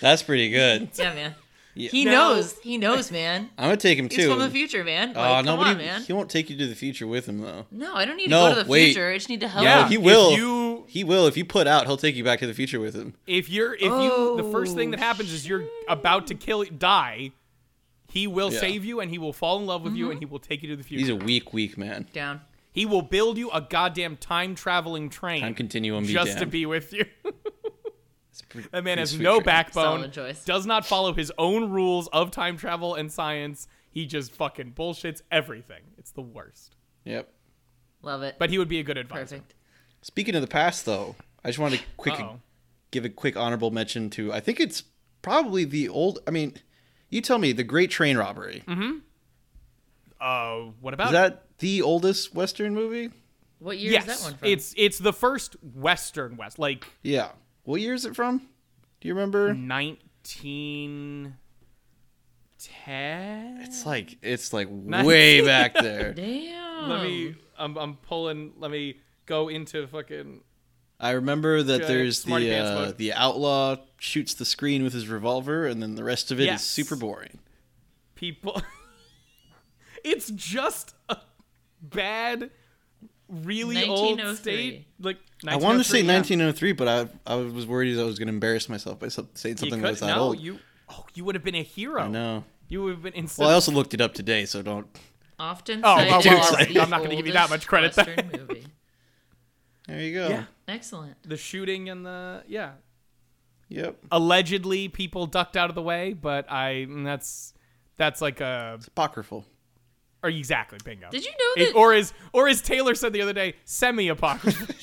Speaker 3: That's pretty good.
Speaker 4: Yeah, man. He
Speaker 2: No.
Speaker 4: knows. He knows, man.
Speaker 3: I'm gonna take him
Speaker 4: He's
Speaker 3: too.
Speaker 4: from the future, man.
Speaker 3: Aw,
Speaker 4: Like, come
Speaker 3: Uh, nobody,
Speaker 4: on, man.
Speaker 3: He won't take you to the future with him though.
Speaker 4: No, I don't need
Speaker 3: No,
Speaker 4: to go to the
Speaker 3: wait.
Speaker 4: future. I just need to help.
Speaker 2: Yeah.
Speaker 3: he
Speaker 2: if
Speaker 3: will.
Speaker 2: you-
Speaker 3: He will. If you put out, he'll take you back to the future with him.
Speaker 2: If you're if you the first thing that happens is you're about to kill die, he will
Speaker 3: Yeah.
Speaker 2: save you and he will fall in love with you and he will take you to the
Speaker 3: He's
Speaker 2: future.
Speaker 3: a weak, weak man.
Speaker 4: down.
Speaker 2: he will build you a goddamn time traveling train
Speaker 3: Time continuum. Be
Speaker 2: just to
Speaker 3: damned.
Speaker 2: be with you.
Speaker 3: It's pretty-
Speaker 2: That man
Speaker 3: pretty
Speaker 2: has
Speaker 3: sweet
Speaker 2: no
Speaker 3: trick.
Speaker 2: backbone.
Speaker 4: Solid choice.
Speaker 2: Does not follow his own rules of time travel and science. He just fucking bullshits everything. It's the worst.
Speaker 3: Yep.
Speaker 4: Love it.
Speaker 2: But he would be a good advisor.
Speaker 4: Perfect.
Speaker 3: Speaking of the past, though, I just wanted to quick
Speaker 2: Uh-oh.
Speaker 3: give a quick honorable mention to. I think it's probably the old. I mean, you tell me, the Great Train Robbery
Speaker 2: Uh, what about
Speaker 3: is
Speaker 2: it?
Speaker 3: that the oldest Western movie?
Speaker 4: What year
Speaker 2: yes,
Speaker 4: is that one from?
Speaker 2: It's it's the first Western West, like
Speaker 3: Yeah. What year is it from? Do you remember?
Speaker 2: Mm. nineteen ten.
Speaker 3: It's like it's like
Speaker 2: Nice.
Speaker 3: way back there.
Speaker 4: Damn.
Speaker 2: Let me, I'm I'm pulling. Let me go into fucking.
Speaker 3: I remember that
Speaker 2: Giant
Speaker 3: there's
Speaker 2: smarty
Speaker 3: the
Speaker 2: pants
Speaker 3: uh,
Speaker 2: mode.
Speaker 3: the outlaw shoots the screen with his revolver, and then the rest of it is
Speaker 2: Yes.
Speaker 3: super boring.
Speaker 2: people. it's just a bad, really old
Speaker 4: 1903.
Speaker 2: state. Like
Speaker 3: I wanted to say
Speaker 2: 1903, yeah.
Speaker 3: 1903, but I I was worried I was going to embarrass myself by so- saying
Speaker 2: You
Speaker 3: something
Speaker 2: could-
Speaker 3: that was that
Speaker 2: no,
Speaker 3: old.
Speaker 2: you. Oh, you would have been a hero.
Speaker 3: I know.
Speaker 2: You would have been instead.
Speaker 3: Well, I also looked it up today, so don't.
Speaker 4: Often
Speaker 2: Oh,
Speaker 4: cited
Speaker 2: well,
Speaker 3: well,
Speaker 4: as
Speaker 3: I'm
Speaker 4: the
Speaker 2: not gonna give you that
Speaker 4: oldest
Speaker 2: much credit then.
Speaker 4: Western movie.
Speaker 3: There you go.
Speaker 2: Yeah.
Speaker 4: Excellent.
Speaker 2: the shooting and the yeah.
Speaker 3: Yep.
Speaker 2: Allegedly, people ducked out of the way, but I mm, that's that's like a
Speaker 3: Apocryphal.
Speaker 2: Or exactly, bingo.
Speaker 4: Did you know
Speaker 2: It-
Speaker 4: that-
Speaker 2: or as or as Taylor said the other day, semi-apocryphal.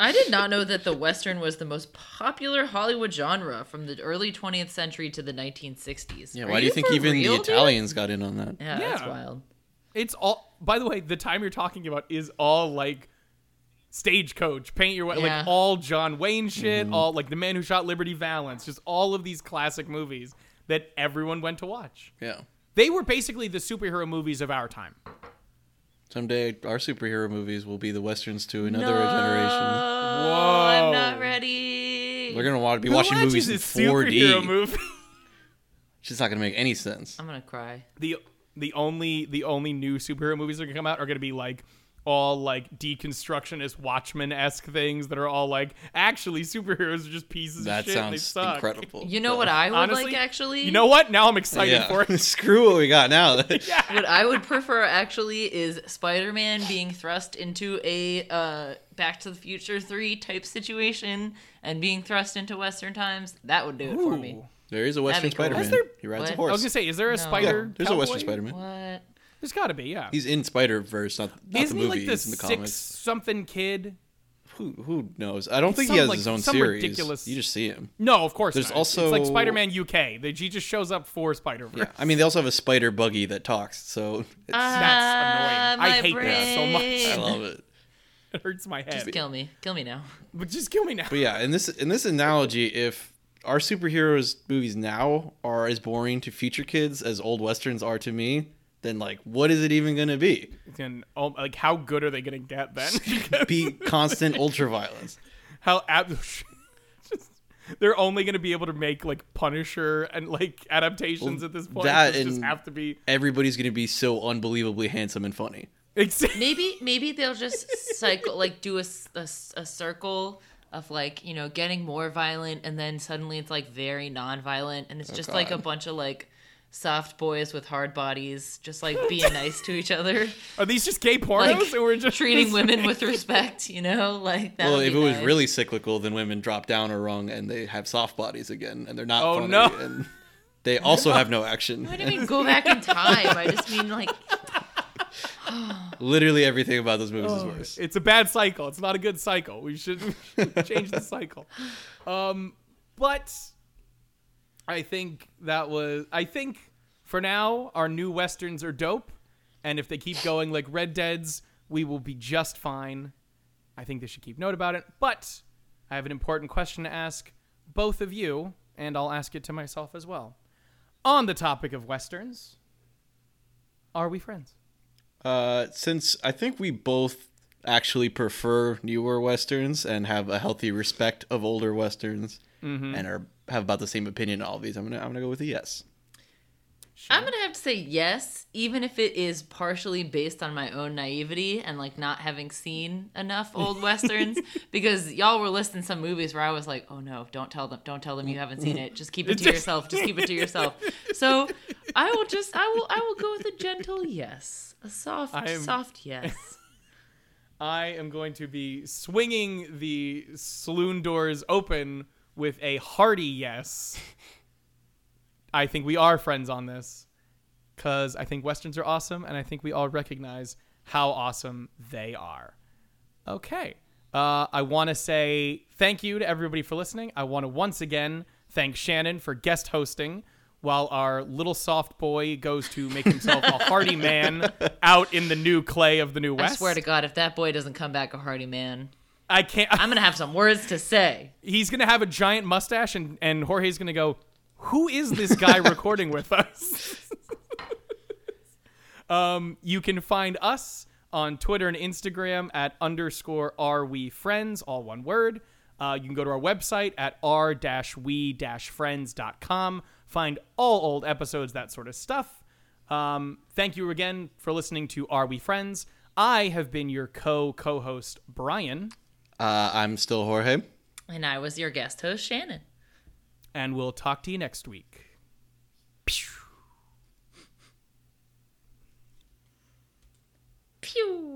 Speaker 4: I did not know that the Western was the most popular Hollywood genre from the early 20th century to the 1960s.
Speaker 3: Yeah.
Speaker 4: Are
Speaker 3: Why do you think
Speaker 4: for
Speaker 3: even
Speaker 4: real,
Speaker 3: the
Speaker 4: dude?
Speaker 3: Italians got in on that?
Speaker 4: Yeah, that's
Speaker 2: Yeah.
Speaker 4: wild.
Speaker 2: it's all. By the way, the time you're talking about is all like stagecoach, paint your way,
Speaker 4: Yeah.
Speaker 2: like all John Wayne shit,
Speaker 3: Mm-hmm.
Speaker 2: all like the man who shot Liberty Valance, just all of these classic movies that everyone went to watch.
Speaker 3: Yeah.
Speaker 2: They were basically the superhero movies of our time.
Speaker 3: Someday our superhero movies will be the westerns to another generation.
Speaker 4: Oh,
Speaker 2: Whoa.
Speaker 4: I'm
Speaker 2: Oh.
Speaker 4: not ready.
Speaker 3: We're gonna want to be
Speaker 2: Who
Speaker 3: watching
Speaker 2: watches
Speaker 3: movies in
Speaker 2: this
Speaker 3: 4D.
Speaker 2: superhero movie?
Speaker 3: It's just not gonna make any sense.
Speaker 4: I'm gonna cry.
Speaker 2: the the only the only new superhero movies that are gonna come out are gonna be like all like deconstructionist Watchmen esque things that are all like actually superheroes are just pieces
Speaker 3: That
Speaker 2: of shit. and they
Speaker 3: sounds
Speaker 2: suck.
Speaker 3: incredible.
Speaker 4: You know
Speaker 3: Yeah.
Speaker 4: what I would
Speaker 2: Honestly,
Speaker 4: like actually?
Speaker 2: You know what? Now I'm excited for
Speaker 3: Yeah.
Speaker 2: it.
Speaker 3: Screw what we got now.
Speaker 4: what I would prefer actually is Spider-Man being thrust into a uh, Back to the Future 3 type situation and being thrust into Western times. That would do it for me.
Speaker 2: Ooh.
Speaker 3: There is a Western
Speaker 4: That'd be cool.
Speaker 3: Spider-Man.
Speaker 4: Is
Speaker 2: there-
Speaker 3: He rides a
Speaker 4: What?
Speaker 2: I was
Speaker 3: horse.
Speaker 2: gonna say, is there a
Speaker 4: No.
Speaker 2: spider?
Speaker 3: yeah, there's a
Speaker 2: cowboy?
Speaker 3: Western Spider-Man.
Speaker 4: What?
Speaker 2: There's gotta be, yeah.
Speaker 3: He's in Spider Verse, not, not the
Speaker 2: Isn't
Speaker 3: movie.
Speaker 2: he like the
Speaker 3: he's in the
Speaker 2: six
Speaker 3: comics.
Speaker 2: something kid?
Speaker 3: who who knows? I don't think
Speaker 2: some,
Speaker 3: he has
Speaker 2: like,
Speaker 3: his own
Speaker 2: some
Speaker 3: series.
Speaker 2: ridiculous-
Speaker 3: You just see him.
Speaker 2: No, of course
Speaker 3: There's
Speaker 2: not. It's like
Speaker 3: also-
Speaker 2: Spider-Man UK. They, he just shows up for Spider-Verse.
Speaker 3: Yeah. I mean, they also have a spider buggy that talks, so it's,
Speaker 2: That's annoying. I
Speaker 4: Ah, my
Speaker 2: hate that so
Speaker 3: I
Speaker 4: brain.
Speaker 2: much.
Speaker 3: love it.
Speaker 2: It hurts my head.
Speaker 4: Kill me. Kill me now.
Speaker 2: but just kill me now.
Speaker 3: But yeah, in this in this analogy, if our superheroes movies now are as boring to future kids as old westerns are to me, then like, what is it even gonna be?
Speaker 2: And oh, like, how good are they gonna get then?
Speaker 3: Be constant ultraviolence.
Speaker 2: how ab- just- they're only gonna be able to make like Punisher and like adaptations
Speaker 3: Well,
Speaker 2: at this point.
Speaker 3: that
Speaker 2: It's just
Speaker 3: and-
Speaker 2: have to be
Speaker 3: Everybody's gonna be so unbelievably handsome and funny.
Speaker 2: Exa-
Speaker 4: Maybe maybe they'll just cycle like do a, s- a s- a circle of like you know getting more violent and then suddenly it's like very non-violent and it's just like a
Speaker 3: Oh, God.
Speaker 4: bunch of like soft boys with hard bodies just like being nice to each other
Speaker 2: Are these just gay pornos?
Speaker 4: like
Speaker 2: and we're just
Speaker 4: treating women with respect you know like that
Speaker 3: Well,
Speaker 4: would
Speaker 3: if
Speaker 4: be
Speaker 3: it was
Speaker 4: nice.
Speaker 3: really cyclical, then women drop down a rung and they have soft bodies again, and they're not.
Speaker 2: Oh,
Speaker 3: funny,
Speaker 2: no.
Speaker 3: And they also have no action.
Speaker 4: I didn't even go back in time. I just mean like
Speaker 3: Literally everything about those movies is
Speaker 2: Oh,
Speaker 3: worse.
Speaker 2: It's a bad cycle. It's not a good cycle. We should change the cycle. Um, but I think that was. I think for now, our new westerns are dope, and if they keep going like Red Dead's, we will be just fine. I think they should keep note about it. But I have an important question to ask both of you, and I'll ask it to myself as well. On the topic of westerns, are we friends?
Speaker 3: Uh, since I think we both actually prefer newer westerns and have a healthy respect of older westerns,
Speaker 2: Mm-hmm.
Speaker 3: and are have about the same opinion on all these, I'm gonna I'm gonna go with a yes.
Speaker 4: I'm gonna have to say yes, even if it is partially based on my own naivety and like not having seen enough old westerns, because y'all were listing some movies where I was like, oh no, don't tell them, don't tell them you haven't seen it. Just keep it to yourself. Just keep it to yourself. So I will just, I will, I will go with a gentle yes, a soft,
Speaker 2: I'm-
Speaker 4: soft yes.
Speaker 2: I am going to be swinging the saloon doors open with a hearty yes. I think we are friends on this because I think Westerns are awesome and I think we all recognize how awesome they are. Okay. Uh, I want to say thank you to everybody for listening. I want to once again thank Shannon for guest hosting while our little soft boy goes to make himself a hearty man out in the new clay of the New
Speaker 4: I
Speaker 2: West.
Speaker 4: swear to God, if that boy doesn't come back a hearty man,
Speaker 2: I can't.
Speaker 4: I'm gonna have some words to say.
Speaker 2: he's gonna have a giant mustache, and and Jorge's gonna go. Who is this guy recording with us? um, you can find us on Twitter and Instagram at underscore are we friends, all one word. Uh, you can go to our website at r we friends.com, find all old episodes, that sort of stuff. Um, thank you again for listening to Are We Friends. I have been your co co host, Brian.
Speaker 3: Uh, I'm still Jorge.
Speaker 4: And I was your guest host, Shannon.
Speaker 2: and we'll talk to you next week.
Speaker 4: Pew.